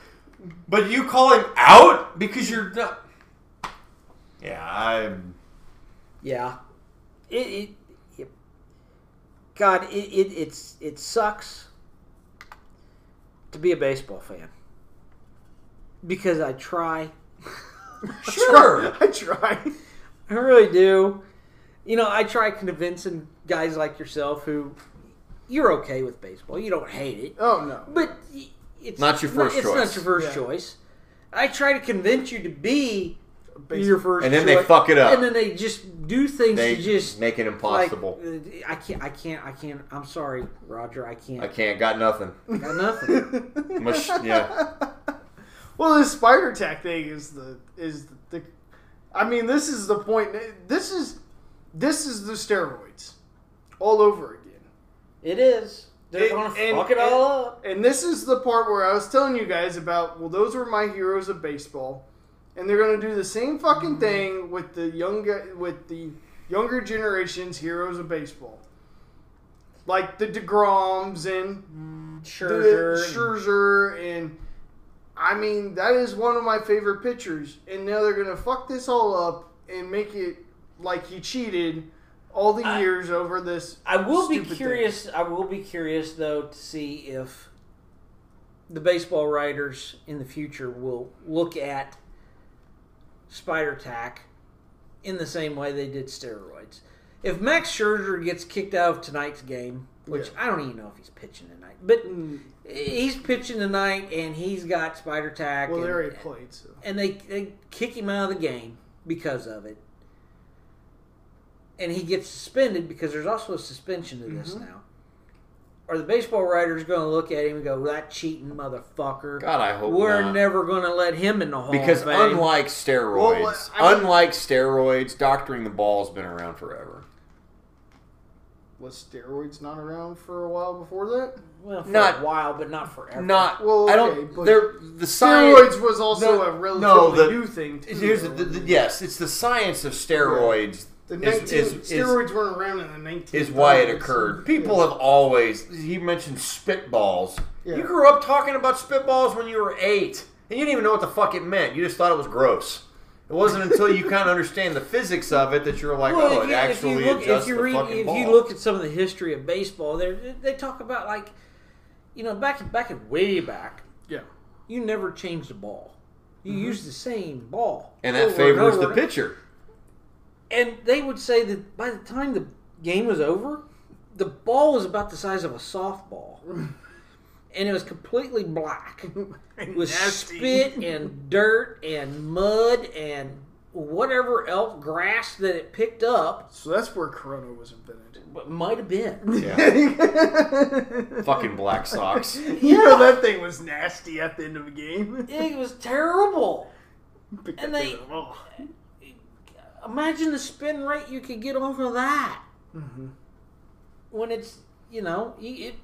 Speaker 2: But you call him out because you're not. Yeah, I'm.
Speaker 3: yeah. It, it, it God, it, it it's it sucks to be a baseball fan because I try.
Speaker 2: Sure.
Speaker 1: I tried.
Speaker 3: I really do. You know, I try convincing guys like yourself who you're okay with baseball. You don't hate it,
Speaker 1: Oh no.
Speaker 3: but y- it's
Speaker 2: Not your first
Speaker 3: it's
Speaker 2: choice.
Speaker 3: not your first
Speaker 1: Yeah.
Speaker 3: choice. I try to convince you to be
Speaker 1: Base-
Speaker 3: your first,
Speaker 2: And then they
Speaker 3: choice,
Speaker 2: fuck it up.
Speaker 3: and then they just do things
Speaker 2: They
Speaker 3: to just
Speaker 2: make it
Speaker 3: like,
Speaker 2: impossible.
Speaker 3: uh, I can't. I can't. I can't. I'm sorry, Roger. I can't.
Speaker 2: I can't. Got nothing.
Speaker 3: I got nothing.
Speaker 2: Mush, yeah.
Speaker 1: Well, this spider attack thing is the is the, the. I mean, this is the point. This is this is the steroids all over again.
Speaker 3: it is. They're
Speaker 1: It-
Speaker 3: gonna
Speaker 1: and-
Speaker 3: fuck it all
Speaker 1: and-
Speaker 3: up.
Speaker 1: And this is the part where I was telling you guys about. Well, those were my heroes of baseball, and they're gonna do the same
Speaker 3: Mm-hmm.
Speaker 1: fucking thing with the young gu- with the younger generations heroes of baseball, like the Degroms and
Speaker 3: Scherzer.
Speaker 1: the Scherzer and I mean that is one of my favorite pitchers. And now they're gonna fuck this all up and make it like he cheated all the
Speaker 3: I-
Speaker 1: years over this.
Speaker 3: I will be
Speaker 1: stupid thing.
Speaker 3: curious. I will be curious though to see if the baseball writers in the future will look at spider tack in the same way they did steroids. If Max Scherzer gets kicked out of tonight's game, which I don't even know if he's pitching tonight, but he's pitching tonight and he's got spider tack.
Speaker 1: Well, they
Speaker 3: and,
Speaker 1: already played, so
Speaker 3: and they, they kick him out of the game because of it. And he gets suspended because there's also a suspension to this now. Are the baseball writers going to look at him and go, "That cheating motherfucker"?
Speaker 2: God, I hope
Speaker 3: We're
Speaker 2: not.
Speaker 3: never going to let him in the hall
Speaker 2: Because
Speaker 3: of fame."
Speaker 2: unlike steroids,
Speaker 1: Well, I mean-
Speaker 2: unlike steroids, doctoring the ball's been around forever.
Speaker 1: was steroids not around for a while before that?
Speaker 3: well, for
Speaker 2: not-
Speaker 3: a while, but not forever.
Speaker 2: Not.
Speaker 1: Well,
Speaker 2: I
Speaker 1: okay,
Speaker 2: don't.
Speaker 1: but
Speaker 2: They're the science.
Speaker 1: Steroids was also
Speaker 2: no,
Speaker 1: a
Speaker 2: no,
Speaker 1: relatively
Speaker 2: the-
Speaker 1: new thing. Too,
Speaker 2: Here's the, the, the- yes, it's the science of steroids
Speaker 1: The 19,
Speaker 2: Is- is- is-
Speaker 1: steroids weren't around in the 19.
Speaker 2: is why it occurred. People have always he mentioned spitballs.
Speaker 1: Yeah.
Speaker 2: You grew up talking about spitballs when you were eight, and you didn't even know what the fuck it meant. You just thought it was gross. It wasn't until you kind of understand the physics of it that you're like,
Speaker 3: Well,
Speaker 2: oh,
Speaker 3: if
Speaker 2: it
Speaker 3: you, if you
Speaker 2: actually
Speaker 3: look,
Speaker 2: adjusts
Speaker 3: if you
Speaker 2: the
Speaker 3: read,
Speaker 2: fucking
Speaker 3: if
Speaker 2: ball.
Speaker 3: you look at some of the history of baseball, there they talk about like, you know, back back in way back,
Speaker 1: Yeah.
Speaker 3: you never changed the ball. You used the same ball,
Speaker 2: Mm-hmm. and
Speaker 3: over
Speaker 2: that favors the
Speaker 3: over.
Speaker 2: pitcher.
Speaker 3: And they would say that by the time the game was over, the ball was about the size of a softball, and it was completely black with
Speaker 1: Nasty.
Speaker 3: spit and dirt and mud and whatever elk grass that it picked up.
Speaker 1: So that's where Corona was invented.
Speaker 3: but Might have been.
Speaker 2: Yeah, fucking black socks.
Speaker 1: You know that thing was nasty at the end of the game.
Speaker 3: It was terrible.
Speaker 1: Pick
Speaker 3: And
Speaker 1: that
Speaker 3: they-
Speaker 1: thing up. Oh.
Speaker 3: Imagine the spin rate you could get off of that Mm-hmm. when it's you know you- it,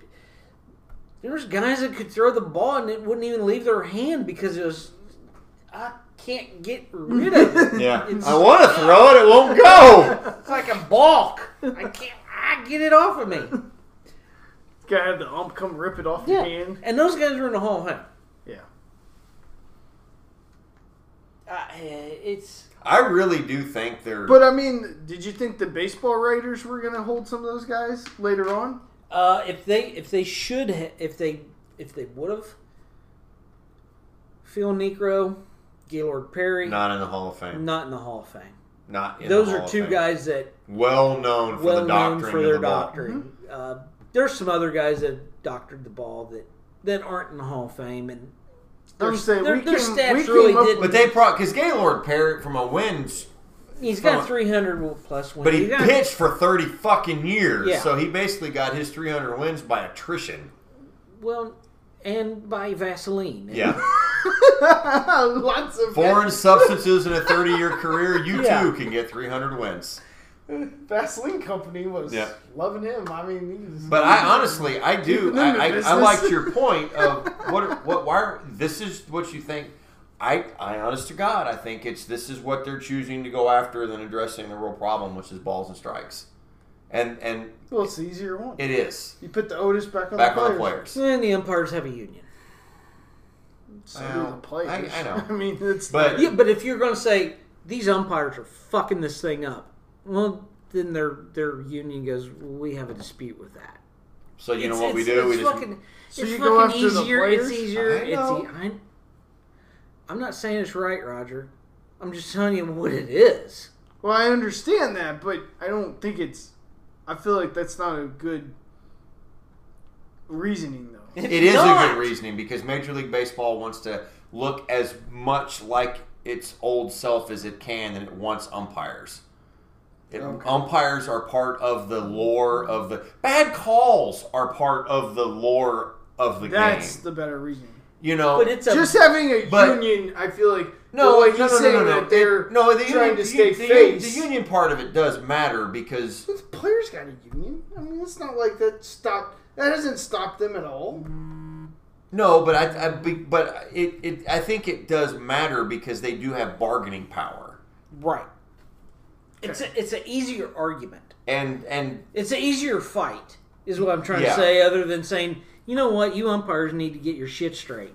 Speaker 3: there's guys that could throw the ball and it wouldn't even leave their hand because it was I can't get rid of it.
Speaker 2: Yeah,
Speaker 3: It's-
Speaker 2: I want to throw it, it won't go.
Speaker 3: It's like a balk. I can't. I get it off of me.
Speaker 1: Gotta have the ump come rip it off your hand.
Speaker 3: And those guys were in the Hall of Fame.
Speaker 1: Yeah.
Speaker 3: Uh, it's
Speaker 2: I really do think they're.
Speaker 1: But I mean, did you think the baseball writers were gonna hold some of those guys later on?
Speaker 3: uh, if they if they should ha- if they if they would have Phil Negro, Gaylord Perry.
Speaker 2: not in the Hall of Fame.
Speaker 3: not in the Hall of Fame.
Speaker 2: Not in
Speaker 3: Those
Speaker 2: the Hall
Speaker 3: are
Speaker 2: of
Speaker 3: two
Speaker 2: Fame.
Speaker 3: guys that
Speaker 2: well known for
Speaker 3: well
Speaker 2: the
Speaker 3: known
Speaker 2: doctrine
Speaker 3: for
Speaker 2: of
Speaker 3: their
Speaker 2: the ball.
Speaker 3: doctoring. Uh, there's some other guys that doctored the ball that that aren't in the Hall of Fame, and
Speaker 1: I'm
Speaker 3: their,
Speaker 1: saying
Speaker 3: their,
Speaker 1: we
Speaker 3: their
Speaker 1: came-
Speaker 3: stats
Speaker 1: we came
Speaker 3: really
Speaker 1: up
Speaker 3: did.
Speaker 2: But they pro because Gaylord Perry from a wins,
Speaker 3: he's got
Speaker 2: Come on.
Speaker 3: 300 plus wins.
Speaker 2: but he
Speaker 3: You got-
Speaker 2: pitched for thirty fucking years,
Speaker 3: Yeah.
Speaker 2: so he basically got his three hundred wins by attrition.
Speaker 3: well, and by Vaseline.
Speaker 2: Yeah,
Speaker 1: Lots of
Speaker 2: foreign substances in a thirty-year career, you
Speaker 3: Yeah.
Speaker 2: too can get three hundred wins.
Speaker 1: Vaseline company was
Speaker 2: Yeah.
Speaker 1: loving him. I mean, he was,
Speaker 2: But I honestly, I
Speaker 1: Keeping
Speaker 2: do.
Speaker 1: them in
Speaker 2: I, I, I
Speaker 1: business.
Speaker 2: liked your point of what, what, why? Are, this is what you think. I, I, honest to God, I think it's this is what they're choosing to go after than addressing the real problem, which is balls and strikes, and and
Speaker 1: well, it's the easier one.
Speaker 2: it is
Speaker 1: you put the Otis back on
Speaker 2: back
Speaker 1: the
Speaker 2: on
Speaker 1: players.
Speaker 2: the players.
Speaker 1: Hmm.
Speaker 3: And the umpires have a union.
Speaker 1: So
Speaker 2: I
Speaker 1: do
Speaker 2: know.
Speaker 1: the players.
Speaker 2: I- I know.
Speaker 1: I mean, it's
Speaker 2: But-
Speaker 3: Yeah, but if you're going to say these umpires are fucking this thing up, well, then their their union goes, we have a dispute with that.
Speaker 2: So you know
Speaker 3: It's-
Speaker 2: what we
Speaker 3: it's-
Speaker 2: do? We
Speaker 3: It's
Speaker 2: just
Speaker 3: fucking,
Speaker 1: So
Speaker 3: it's
Speaker 1: you go
Speaker 3: fucking
Speaker 1: after the
Speaker 3: easier. It's
Speaker 1: players?
Speaker 3: easier.
Speaker 2: I know.
Speaker 3: It's, e-, I, I'm not saying it's right, Roger. I'm just telling you what it is.
Speaker 1: well, I understand that, but I don't think it's. I feel like that's not a good reasoning, though.
Speaker 2: it is a
Speaker 3: not.
Speaker 2: good reasoning because Major League Baseball wants to look as much like its old self as it can, and it wants umpires. It,
Speaker 1: Okay.
Speaker 2: Umpires are part of the lore of the bad calls are part of the lore of the
Speaker 1: That's
Speaker 2: game.
Speaker 1: the better reasoning.
Speaker 2: you know,
Speaker 3: But it's a
Speaker 1: Just having a
Speaker 2: But-
Speaker 1: union, I feel like.
Speaker 2: No,
Speaker 1: well, like
Speaker 2: no,
Speaker 1: he's
Speaker 2: no, no,
Speaker 1: saying
Speaker 2: no, no.
Speaker 1: that they're
Speaker 2: It- no, the
Speaker 1: trying
Speaker 2: union,
Speaker 1: to stay
Speaker 2: the, union-
Speaker 1: face.
Speaker 2: The union part of it does matter because
Speaker 1: The players got a union. I mean, it's not like that stopped. That hasn't stopped them at all.
Speaker 2: Mm-hmm. No, but I, I be- but it, it I think it does matter because they do have bargaining power.
Speaker 3: right. It's a, it's an easier argument.
Speaker 2: And and
Speaker 3: It's an easier fight, is what I'm trying
Speaker 2: Yeah.
Speaker 3: to say. Other than saying, you know what, you umpires need to get your shit straight.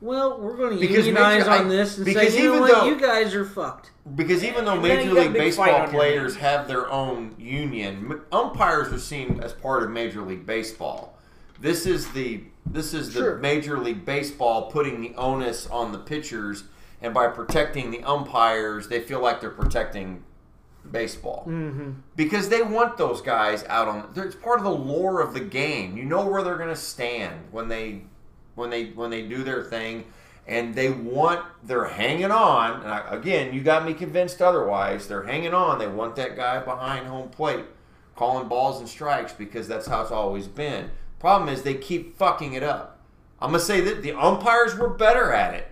Speaker 3: Well, we're going to
Speaker 2: Because
Speaker 3: unionize
Speaker 2: Major- I-
Speaker 3: on this and
Speaker 2: because
Speaker 3: say, you know
Speaker 2: even
Speaker 3: what,
Speaker 2: though-
Speaker 3: you guys are fucked.
Speaker 2: because even though
Speaker 3: And then
Speaker 2: Major
Speaker 3: you got a
Speaker 2: League
Speaker 3: big
Speaker 2: Baseball
Speaker 3: fight on your hands.
Speaker 2: players have their own union, m- umpires are seen as part of Major League Baseball. This is the this is the
Speaker 1: Sure.
Speaker 2: Major League Baseball putting the onus on the pitchers, and by protecting the umpires, they feel like they're protecting baseball
Speaker 3: Mm-hmm.
Speaker 2: because they want those guys out on. It's part of the lore of the game. You know where they're going to stand when they when they when they do their thing, and they want they're hanging on. And I, again, you got me convinced otherwise. They're hanging on. They want that guy behind home plate calling balls and strikes because that's how it's always been. Problem is they keep fucking it up. I'm gonna say that the umpires were better at it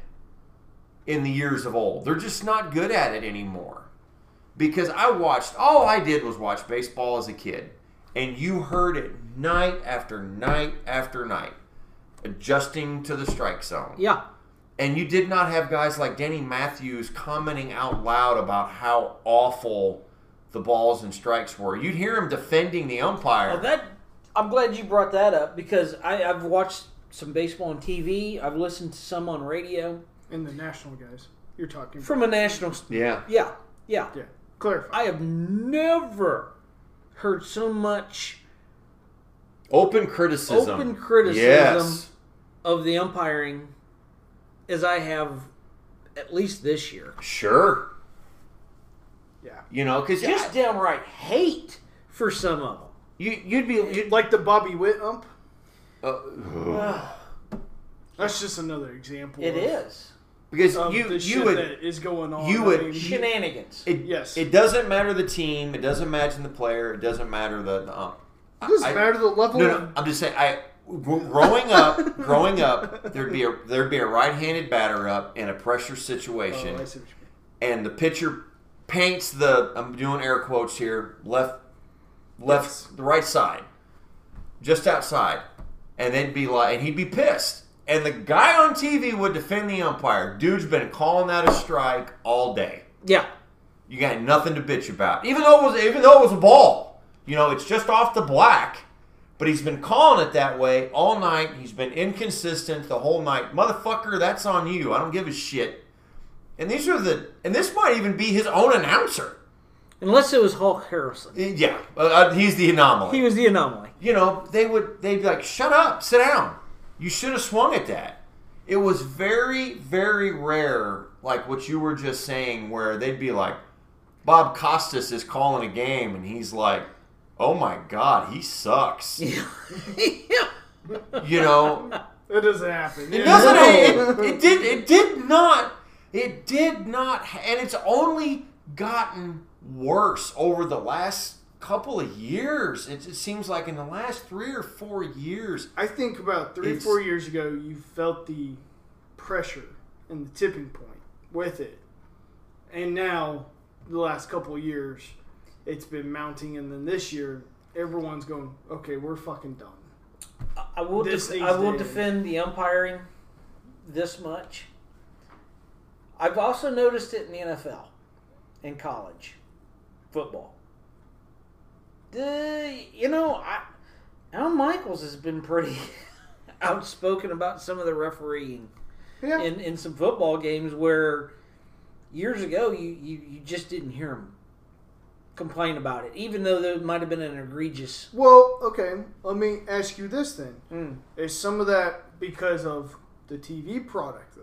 Speaker 2: in the years of old. They're just not good at it anymore because I watched all I did was watch baseball as a kid, and you heard it night after night after night, adjusting to the strike zone.
Speaker 3: Yeah.
Speaker 2: And you did not have guys like Danny Matthews commenting out loud about how awful the balls and strikes were. You'd hear him defending the umpire.
Speaker 3: Well, Oh, that I'm glad you brought that up because I, I've watched some baseball on TV. I've listened to some on radio
Speaker 1: And the national guys you're talking
Speaker 3: from a national. st-
Speaker 2: yeah.
Speaker 3: Yeah, yeah.
Speaker 1: Yeah, clarify.
Speaker 3: I have never heard so much
Speaker 2: Open criticism.
Speaker 3: Open criticism.
Speaker 2: Yes.
Speaker 3: of the umpiring as I have at least this year.
Speaker 2: Sure.
Speaker 1: Yeah.
Speaker 2: You know, because
Speaker 3: Just downright hate for some of them.
Speaker 2: you, you'd be. You'd,
Speaker 1: Like the Bobby Witt ump.
Speaker 2: uh,
Speaker 1: That's just another example.
Speaker 3: It
Speaker 1: of,
Speaker 3: is
Speaker 2: because
Speaker 1: Of
Speaker 2: you,
Speaker 1: Um, the
Speaker 2: you
Speaker 1: shit
Speaker 2: would.
Speaker 1: that is going on.
Speaker 2: you
Speaker 1: I
Speaker 2: would-
Speaker 1: mean,
Speaker 3: shenanigans.
Speaker 2: It,
Speaker 1: Yes.
Speaker 2: It doesn't matter the team. It doesn't matter the player. It doesn't matter the, the ump.
Speaker 1: it doesn't
Speaker 2: I-
Speaker 1: matter the level.
Speaker 2: No,
Speaker 1: of,
Speaker 2: no. I'm just saying. I gr- growing up, growing up, there'd be a there'd be a right-handed batter up in a pressure
Speaker 1: Oh, I see
Speaker 2: situation,
Speaker 1: what you mean.
Speaker 2: and the pitcher paints the I'm doing air quotes here left left
Speaker 1: Yes.
Speaker 2: the right side, just outside, and then be like, and he'd be pissed. And the guy on TV would defend the umpire. Dude's been calling that a strike all day.
Speaker 3: Yeah,
Speaker 2: You got nothing to bitch about. Even though it was even though it was a ball. You know, it's just off the black. But he's been calling it that way all night. He's been inconsistent the whole night. Motherfucker, that's on you. I don't give a shit. And these are the and this might even be his own announcer.
Speaker 3: unless it was Hulk Harrison.
Speaker 2: Yeah, uh, uh, he's the anomaly.
Speaker 3: He was the anomaly.
Speaker 2: you know, they would they'd be like, "Shut up, sit down. You should have swung at that." It was very very rare, like what you were just saying, where they'd be like, "Bob Costas is calling a game," and he's like, "Oh my god, he sucks."
Speaker 3: yeah.
Speaker 2: you know,
Speaker 1: It doesn't happen.
Speaker 2: it doesn't.
Speaker 3: No.
Speaker 2: It, it did. It did not. It did not. ha- And it's only gotten worse over the last couple of years. It, it seems like in the last three or four years.
Speaker 1: I think about three or
Speaker 2: It's-
Speaker 1: four years ago, you felt the pressure and the tipping point with it, and now the last couple of years, it's been mounting, and then this year, everyone's going, "Okay, we're fucking done."
Speaker 3: I will.
Speaker 1: This
Speaker 3: Def- I will
Speaker 1: these days.
Speaker 3: defend the umpiring this much. I've also noticed it in the NFL, in college football. The you know, I, Al Michaels has been pretty outspoken about some of the refereeing
Speaker 1: Yeah,
Speaker 3: in, in some football games where years ago you, you, you just didn't hear him complain about it, even though there might have been an egregious.
Speaker 1: Well, okay. Let me ask you this then:
Speaker 3: Mm.
Speaker 1: Is some of that because of the TV product though?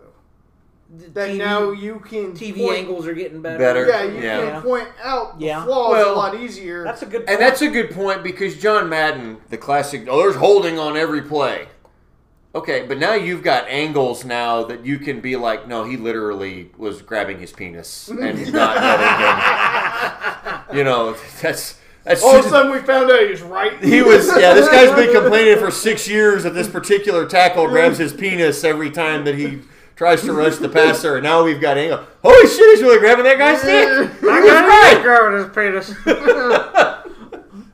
Speaker 3: The
Speaker 1: That
Speaker 3: TV
Speaker 1: now you can
Speaker 3: TV
Speaker 1: point-
Speaker 3: angles are getting better.
Speaker 2: Better.
Speaker 1: Yeah, you
Speaker 2: Yeah.
Speaker 1: can point out the
Speaker 3: Yeah.
Speaker 1: flaws a
Speaker 2: Well,
Speaker 1: lot easier.
Speaker 3: That's a good.
Speaker 2: And
Speaker 3: point.
Speaker 2: that's a good point because John Madden, the classic, oh, there's holding on every play. Okay, but now you've got angles now that you can be like, no, he literally was grabbing his penis and not letting him. You know, that's that's.
Speaker 1: All of a sudden, we found out he's right.
Speaker 2: he was yeah. This guy's been complaining for six years that this particular tackle grabs his penis every time that he tries to rush the passer. And now we've got angle. Holy shit! He's really grabbing that guy's dick. He was right.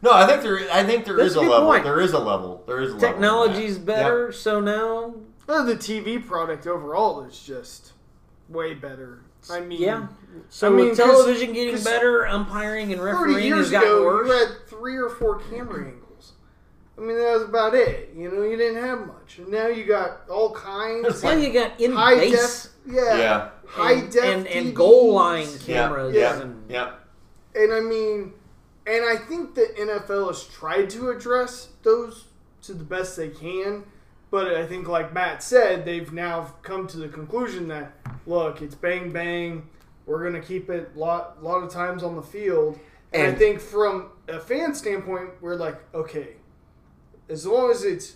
Speaker 2: No, I think there. I think there
Speaker 3: That's
Speaker 2: is
Speaker 3: a
Speaker 2: a
Speaker 3: good
Speaker 2: level.
Speaker 3: point.
Speaker 2: There is a level. There is a level.
Speaker 3: Technology's better, so now
Speaker 1: Well, the TV product overall is just way better. I mean,
Speaker 3: yeah. So
Speaker 1: I mean,
Speaker 3: with
Speaker 1: 'cause-
Speaker 3: television getting
Speaker 1: 'cause
Speaker 3: better, umpiring and
Speaker 1: 30
Speaker 3: refereeing has
Speaker 1: years
Speaker 3: gotten
Speaker 1: ago,
Speaker 3: worse.
Speaker 1: you had three or four camera angles. I mean, that was about it. You know, you didn't have much. And now you got all kinds.
Speaker 3: now you got in
Speaker 1: high
Speaker 3: base
Speaker 1: def, yeah,
Speaker 2: Yeah.
Speaker 1: high
Speaker 3: and,
Speaker 1: def
Speaker 3: and, and
Speaker 1: TVs.
Speaker 3: goal line cameras
Speaker 2: Yeah. Yeah.
Speaker 3: and
Speaker 2: yeah.
Speaker 1: And I mean, and I think the NFL has tried to address those to the best they can. But I think, like Matt said, they've now come to the conclusion that look, it's bang bang. We're gonna keep it lot lot of times on the field. And, I
Speaker 2: And-
Speaker 1: think from a fan standpoint, we're like, okay, as long as it's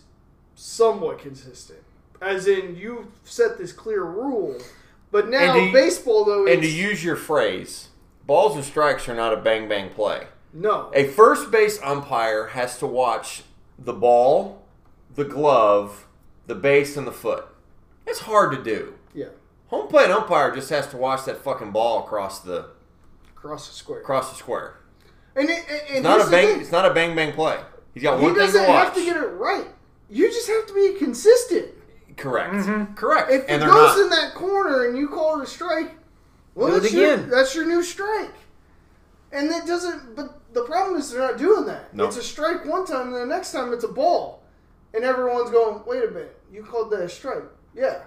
Speaker 1: somewhat consistent, as in you set this clear rule. But now
Speaker 2: do you-
Speaker 1: baseball though is
Speaker 2: And to use your phrase, balls and strikes are not a bang bang play.
Speaker 1: no
Speaker 2: A first base umpire has to watch the ball, the glove, the base, and the foot. It's hard to do.
Speaker 1: yeah
Speaker 2: Home plate umpire just has to watch that fucking ball across the
Speaker 1: cross the square.
Speaker 2: across the square.
Speaker 1: And, it, and- and
Speaker 2: It's not
Speaker 1: here's
Speaker 2: a
Speaker 1: the
Speaker 2: bang.
Speaker 1: thing.
Speaker 2: It's not a bang bang play. He's got
Speaker 1: He
Speaker 2: one thing to
Speaker 1: doesn't
Speaker 2: watch.
Speaker 1: have to get it right. You just have to be consistent.
Speaker 2: Correct. Correct.
Speaker 1: Mm-hmm. If
Speaker 2: and
Speaker 1: it
Speaker 2: they're
Speaker 1: goes
Speaker 2: not.
Speaker 1: in that corner and you call it a strike, well,
Speaker 3: Do it
Speaker 1: that's your,
Speaker 3: again.
Speaker 1: that's your new strike. And that doesn't. But the problem is they're not doing that.
Speaker 2: No.
Speaker 1: It's a strike one time, and the next time it's a ball, and everyone's going, "Wait a minute, you called that a strike? Yeah.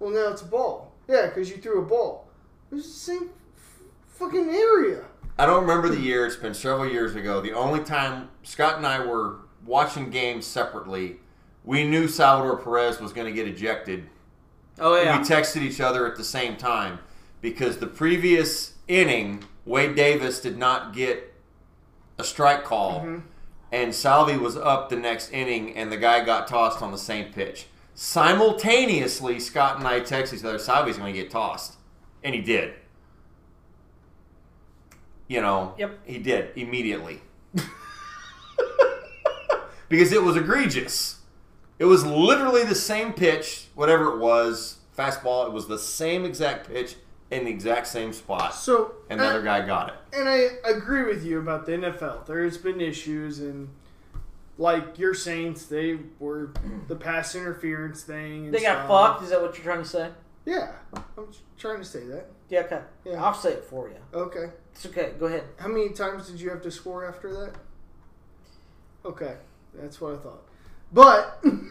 Speaker 1: Well, now it's a ball. Yeah, because you threw a ball. It was the same f- fucking area.
Speaker 2: I don't remember the year. It's been several years ago. The only time Scott and I were watching games separately, we knew Salvador Perez was going to get ejected.
Speaker 3: Oh yeah.
Speaker 2: We texted each other at the same time because the previous inning, Wade Davis did not get a strike call,
Speaker 3: Mm-hmm.
Speaker 2: and Salvi was up the next inning, and the guy got tossed on the same pitch. Simultaneously, Scott and I texted each other, Salvi's going to get tossed. And he did. You know,
Speaker 3: Yep.
Speaker 2: he did immediately. because it was egregious. It was literally the same pitch, whatever it was, fastball. It was the same exact pitch in the exact same spot,
Speaker 1: So
Speaker 2: and the other guy got it.
Speaker 1: and I agree with you about the NFL. There's been issues, and like your Saints, they were the pass interference thing. And
Speaker 3: they got
Speaker 1: stuff.
Speaker 3: fucked. Is that what you're trying to say?
Speaker 1: Yeah, I'm just trying to say that.
Speaker 3: Yeah. Okay.
Speaker 1: Yeah.
Speaker 3: I'll say it for you.
Speaker 1: Okay.
Speaker 3: It's okay. Go ahead.
Speaker 1: How many times did you have to score after that? Okay, that's what I thought. But
Speaker 2: And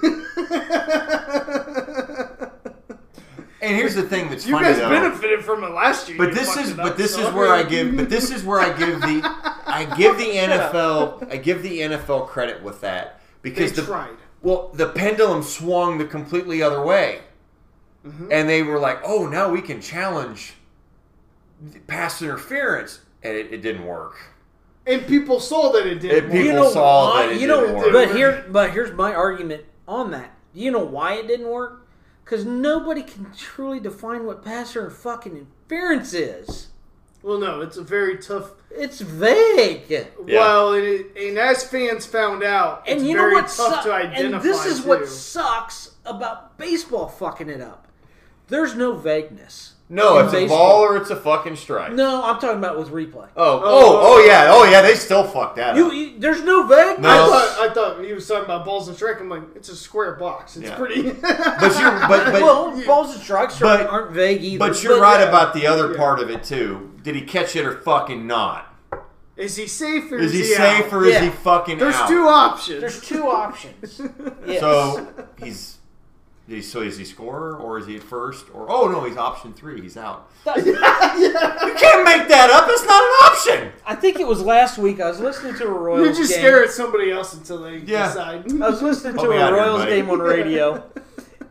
Speaker 2: here's the thing that's
Speaker 1: you
Speaker 2: funny
Speaker 1: guys
Speaker 2: though.
Speaker 1: benefited from it last year.
Speaker 2: but
Speaker 1: You
Speaker 2: this
Speaker 1: fucked
Speaker 2: is
Speaker 1: it up,
Speaker 2: but this is
Speaker 1: sorry.
Speaker 2: where I give but this is where I give the I give the
Speaker 3: Shut up.
Speaker 2: NFL I give the NFL credit with that
Speaker 1: they
Speaker 2: because the
Speaker 1: tried.
Speaker 2: well the pendulum swung the completely other way.
Speaker 1: Mm-hmm.
Speaker 2: And they were like, "Oh, now we can challenge pass interference." And it, it didn't work.
Speaker 1: And people saw that it did.
Speaker 2: It-
Speaker 1: not
Speaker 2: people saw
Speaker 3: why-
Speaker 2: that it
Speaker 3: you know,
Speaker 2: didn't work.
Speaker 3: but here, but here's my argument on that. You know why it didn't work? Because nobody can truly define what passer and fucking interference is.
Speaker 1: well, no, it's a very tough.
Speaker 3: It's vague.
Speaker 2: Yeah.
Speaker 1: Well, and, it, and as fans found out,
Speaker 3: And
Speaker 1: it's
Speaker 3: you
Speaker 1: very
Speaker 3: know what?
Speaker 1: tough
Speaker 3: su-
Speaker 1: to identify.
Speaker 3: and this is what
Speaker 1: too.
Speaker 3: sucks about baseball fucking it up. There's no vagueness.
Speaker 2: No,
Speaker 3: in
Speaker 2: it's a
Speaker 3: baseball.
Speaker 2: ball or it's a fucking strike.
Speaker 3: No, I'm talking about with replay.
Speaker 2: Oh, oh,
Speaker 1: Oh.
Speaker 2: oh, yeah, oh yeah, they still fucked that
Speaker 3: You,
Speaker 2: up.
Speaker 3: you, there's no vagueness.
Speaker 1: I
Speaker 2: No.
Speaker 1: thought I thought he was talking about balls and strike. I'm like, it's a square box. It's
Speaker 2: Yeah.
Speaker 1: pretty.
Speaker 2: But you're, but, but,
Speaker 3: well, balls and strikes are,
Speaker 2: But-
Speaker 3: aren't vague either.
Speaker 2: but you're right
Speaker 1: yeah.
Speaker 2: about the other
Speaker 1: Yeah.
Speaker 2: part of it too. Did he catch it or fucking not?
Speaker 1: is he safe or
Speaker 2: Is
Speaker 1: is,
Speaker 2: he
Speaker 1: out?
Speaker 2: safe or is
Speaker 3: Yeah.
Speaker 2: he fucking
Speaker 1: There's
Speaker 2: out?
Speaker 1: two options.
Speaker 3: There's two options. Yes.
Speaker 2: So he's, did he- so is he scorer or is he at first or oh no, he's option three, he's out.
Speaker 3: That's-
Speaker 2: You can't make that up. It's not an option.
Speaker 3: I think it was last week. I was listening to a Royals
Speaker 1: You just
Speaker 3: game.
Speaker 1: stare at somebody else until they
Speaker 2: Yeah.
Speaker 1: decide.
Speaker 3: I was listening to
Speaker 2: Help me
Speaker 3: a
Speaker 2: out here,
Speaker 3: Royals
Speaker 2: buddy.
Speaker 3: game on radio,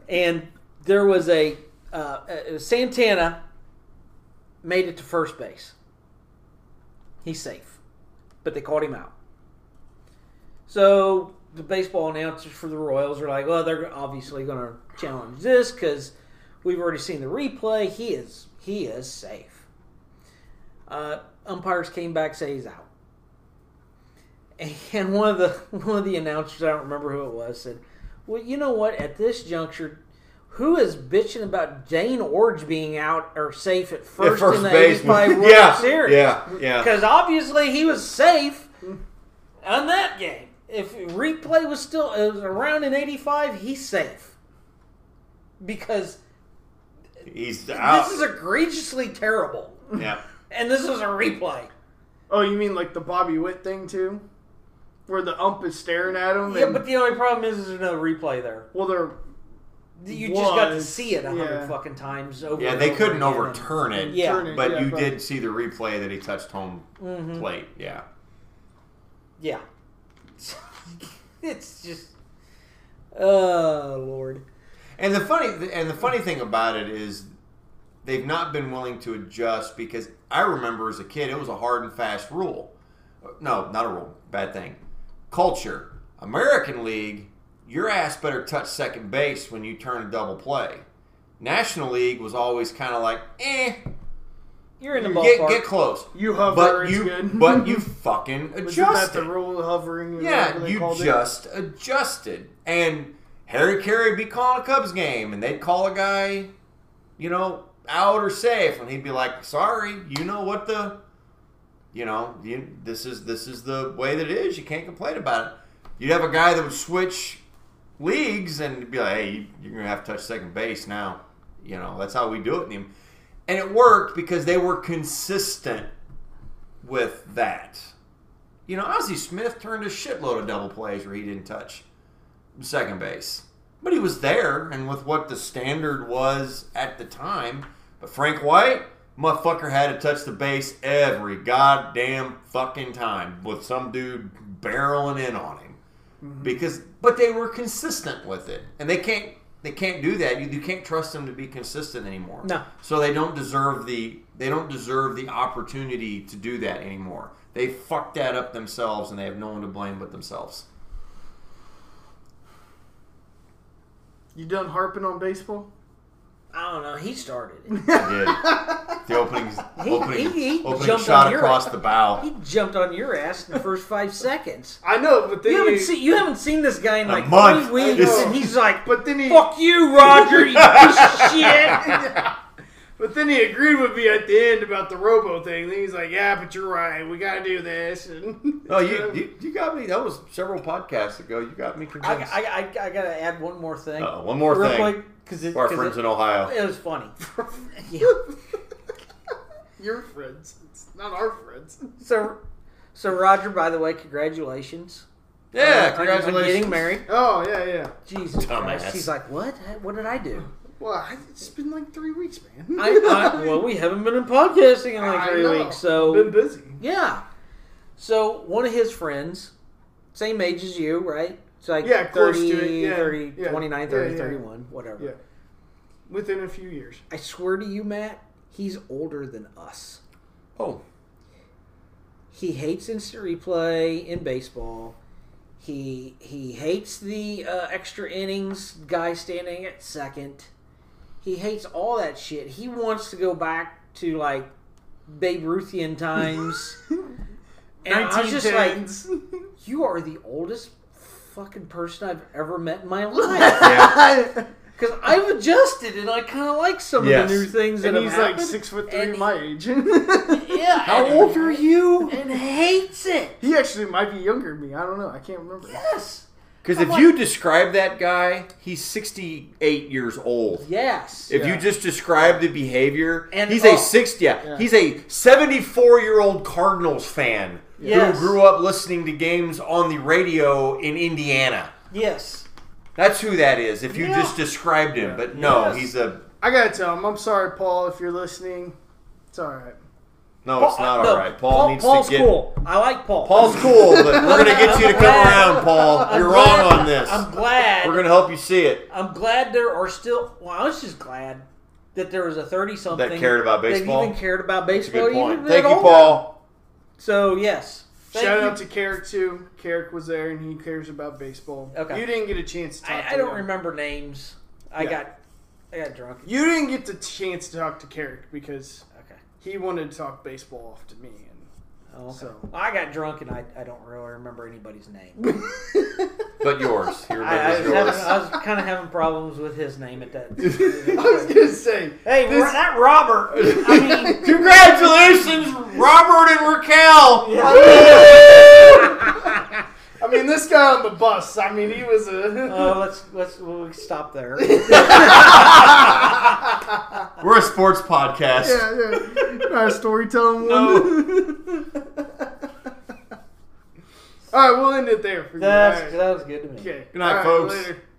Speaker 3: and there was a uh, uh, Santana made it to first base. He's safe, but they called him out. So the baseball announcers for the Royals are like, "Well, they're obviously going to challenge this because we've already seen the replay. He is he is safe." Uh, umpires came back, say he's out. And one of the one of the announcers, I don't remember who it was, said, "Well, you know what? At this juncture, who is bitching about Dane Orge being out or safe at first,
Speaker 2: At first
Speaker 3: in the
Speaker 2: base,
Speaker 3: 85 World
Speaker 2: yeah,
Speaker 3: Series?
Speaker 2: yeah, yeah.
Speaker 3: Because obviously he was safe on that game. If replay was still it was around in '85, he's safe because
Speaker 2: He's out.
Speaker 3: this is egregiously terrible,
Speaker 2: yeah.
Speaker 3: and this is a replay.
Speaker 1: Oh, you mean like the Bobby Witt thing too, where the ump is staring at him?
Speaker 3: Yeah,
Speaker 1: and-
Speaker 3: but the only problem is there's no replay there.
Speaker 1: well, they're
Speaker 3: You just got to
Speaker 1: Was,
Speaker 3: see it a hundred
Speaker 1: yeah.
Speaker 3: fucking times over.
Speaker 2: Yeah,
Speaker 3: and
Speaker 2: they
Speaker 3: over
Speaker 2: couldn't
Speaker 3: again.
Speaker 2: overturn it.
Speaker 3: Yeah. Mm-hmm.
Speaker 1: turning.
Speaker 2: But
Speaker 1: yeah,
Speaker 2: you did see the replay that he touched home plate. Yeah.
Speaker 3: Yeah, it's just, oh lord.
Speaker 2: And the funny and the funny thing about it is they've not been willing to adjust because I remember as a kid it was a hard and fast rule. No, not a rule, bad thing. Culture. American League, your ass better touch second base when you turn a double play. National League was always kind of like, eh,
Speaker 3: You're in the
Speaker 2: get,
Speaker 3: ballpark.
Speaker 2: get close.
Speaker 1: You hover,
Speaker 2: but
Speaker 1: it's
Speaker 2: you,
Speaker 1: good.
Speaker 2: but you fucking
Speaker 1: Wasn't that
Speaker 2: adjust
Speaker 1: the
Speaker 2: it.
Speaker 1: rule of hovering? or whatever
Speaker 2: Yeah,
Speaker 1: they
Speaker 2: you
Speaker 1: called it?
Speaker 2: just adjusted. And Harry Carey would be calling a Cubs game, and they'd call a guy, you know, out or safe, and he'd be like, "Sorry, you know what the, you know, you, this is this is the way that it is. You can't complain about it." You'd have a guy that would switch leagues and be like, "Hey, you- you're gonna have to touch second base now." You know, that's how we do it. in the- And it worked because they were consistent with that. You know, Ozzie Smith turned a shitload of double plays where he didn't touch second base. But he was there, and with what the standard was at the time. But Frank White, motherfucker had to touch the base every goddamn fucking time with some dude barreling in on him. Because, but they were consistent with it, and they can't they can't do that. You, you can't trust them to be consistent anymore.
Speaker 3: No.
Speaker 2: So they don't deserve the they don't deserve the opportunity to do that anymore. They fucked that up themselves, and they have no one to blame but themselves.
Speaker 1: You done harping on baseball?
Speaker 3: I don't know. He started it.
Speaker 2: I did. The opening,
Speaker 3: He-
Speaker 2: opening,
Speaker 3: he- he
Speaker 2: opening
Speaker 3: jumped
Speaker 2: shot
Speaker 3: on your-
Speaker 2: across the bow.
Speaker 3: He jumped on your ass in the first five seconds.
Speaker 1: I know, but then
Speaker 3: You haven't
Speaker 1: you-
Speaker 3: seen you haven't seen this guy in
Speaker 2: A
Speaker 3: like
Speaker 2: month.
Speaker 3: three weeks,
Speaker 1: It's-
Speaker 3: and he's like,
Speaker 1: But then he,
Speaker 3: "Fuck you, Roger, you piece of shit."
Speaker 1: but then he agreed with me at the end about the robo thing. Then he's like, "Yeah, but you're right. We got to do this." And
Speaker 2: Oh, you, you you got me. That was several podcasts ago. You got me
Speaker 3: I,
Speaker 2: convinced.
Speaker 3: I, I, I gotta add one more thing.
Speaker 2: Uh, one more
Speaker 3: Real
Speaker 2: thing.
Speaker 3: quick, because it,
Speaker 2: For our
Speaker 3: 'cause
Speaker 2: friends
Speaker 3: it, Oh,
Speaker 2: in Ohio.
Speaker 3: it was funny. Yeah.
Speaker 1: your friends, it's not our friends.
Speaker 3: So, so Roger, by the way, congratulations.
Speaker 2: Yeah,
Speaker 3: on- on- on
Speaker 2: congratulations.
Speaker 3: getting married.
Speaker 1: Oh yeah, yeah.
Speaker 3: Jesus
Speaker 2: Dumbass.
Speaker 3: Christ. He's like, what? What did I do?
Speaker 1: Well, I, it's been like three weeks, man.
Speaker 3: I, I well, we haven't been in podcasting in like
Speaker 1: I
Speaker 3: three
Speaker 1: know.
Speaker 3: weeks, so
Speaker 1: been busy.
Speaker 3: Yeah. So one of his friends, same age as you, right? It's like
Speaker 1: Yeah, close to
Speaker 3: 30,
Speaker 1: it. Yeah,
Speaker 3: 30,
Speaker 1: yeah.
Speaker 3: 29,
Speaker 1: Yeah,
Speaker 3: 30,
Speaker 1: yeah.
Speaker 3: 31, whatever.
Speaker 1: Yeah, within a few years.
Speaker 3: I swear to you, Matt, he's older than us.
Speaker 2: Oh,
Speaker 3: He hates instant replay in baseball. He he hates the uh, extra innings guy standing at second. He hates all that shit. He wants to go back to like Babe Ruthian times. and I was just like,
Speaker 1: 1910s.
Speaker 3: You are the oldest fucking person I've ever met in my life.
Speaker 2: yeah.
Speaker 3: Because I've adjusted and I kind of like some
Speaker 2: Yes.
Speaker 3: of the new things that
Speaker 1: and
Speaker 3: have
Speaker 1: he's like
Speaker 3: happened.
Speaker 1: six foot three,
Speaker 3: And
Speaker 1: my age.
Speaker 3: he- yeah.
Speaker 2: How
Speaker 3: and-
Speaker 2: old are you?
Speaker 3: And hates it.
Speaker 1: he actually might be younger than me. I don't know. I can't remember.
Speaker 3: Yes.
Speaker 2: Because
Speaker 3: I'm
Speaker 2: if
Speaker 3: like-
Speaker 2: you describe that guy, he's 68 years old.
Speaker 3: Yes.
Speaker 2: If
Speaker 1: Yeah.
Speaker 2: you just describe the behavior,
Speaker 3: And-
Speaker 2: he's
Speaker 3: oh.
Speaker 2: a six. Yeah,
Speaker 1: Yeah.
Speaker 2: he's a seventy-four-year-old Cardinals fan
Speaker 3: Yes.
Speaker 2: who grew up listening to games on the radio in Indiana.
Speaker 3: Yes.
Speaker 2: That's who that is. If you
Speaker 3: Yeah.
Speaker 2: just described him, but no,
Speaker 3: Yes.
Speaker 2: he's a
Speaker 1: I gotta tell him. I'm sorry, Paul, if you're listening. It's all right.
Speaker 2: no. it's not
Speaker 3: no,
Speaker 2: all right. Paul, needs
Speaker 3: Paul's
Speaker 2: to get.
Speaker 3: cool. I like Paul.
Speaker 2: Paul's cool, but we're gonna get you to come
Speaker 3: glad-
Speaker 2: around, Paul.
Speaker 3: I'm
Speaker 2: You're
Speaker 3: glad-
Speaker 2: wrong on this.
Speaker 3: I'm glad.
Speaker 2: We're gonna help you see it.
Speaker 3: I'm glad there are still. Well, I was just glad that there was a thirty-something
Speaker 2: That cared about baseball?
Speaker 3: That even cared about
Speaker 2: That's a
Speaker 3: baseball.
Speaker 2: good
Speaker 3: even
Speaker 2: point.
Speaker 3: at
Speaker 2: Thank you,
Speaker 3: all.
Speaker 2: Paul.
Speaker 3: So yes. Thank
Speaker 1: Shout
Speaker 3: you,
Speaker 1: out to Carrick too. Carrick was there, and he cares about baseball.
Speaker 3: Okay.
Speaker 1: You didn't get a chance to talk to
Speaker 3: I, I don't
Speaker 1: him.
Speaker 3: remember names. I
Speaker 1: Yeah.
Speaker 3: got I got drunk.
Speaker 1: You didn't get the chance to talk to Carrick because
Speaker 3: Okay.
Speaker 1: he wanted to talk baseball off to me. And
Speaker 3: Oh, okay.
Speaker 1: So-
Speaker 3: I got drunk and I, I don't really remember anybody's name.
Speaker 2: But yours. He
Speaker 3: I,
Speaker 2: remembers
Speaker 3: I was,
Speaker 2: yours.
Speaker 3: having, I was kind of having problems with his name at that.
Speaker 1: I was gonna say,
Speaker 3: hey,
Speaker 1: This-
Speaker 3: we're not Robert. I mean,
Speaker 2: Congratulations, Robert and Raquel.
Speaker 1: I mean, this guy on the bus. I mean, he was a.
Speaker 3: uh, let's let's we'll stop there.
Speaker 2: We're a sports podcast.
Speaker 1: yeah. Not a storytelling
Speaker 2: No.
Speaker 1: All right, we'll end it there. For you.
Speaker 3: That's,
Speaker 1: All right.
Speaker 3: that was good to me.
Speaker 1: Okay.
Speaker 2: Good night,
Speaker 1: All right,
Speaker 2: folks.
Speaker 1: later.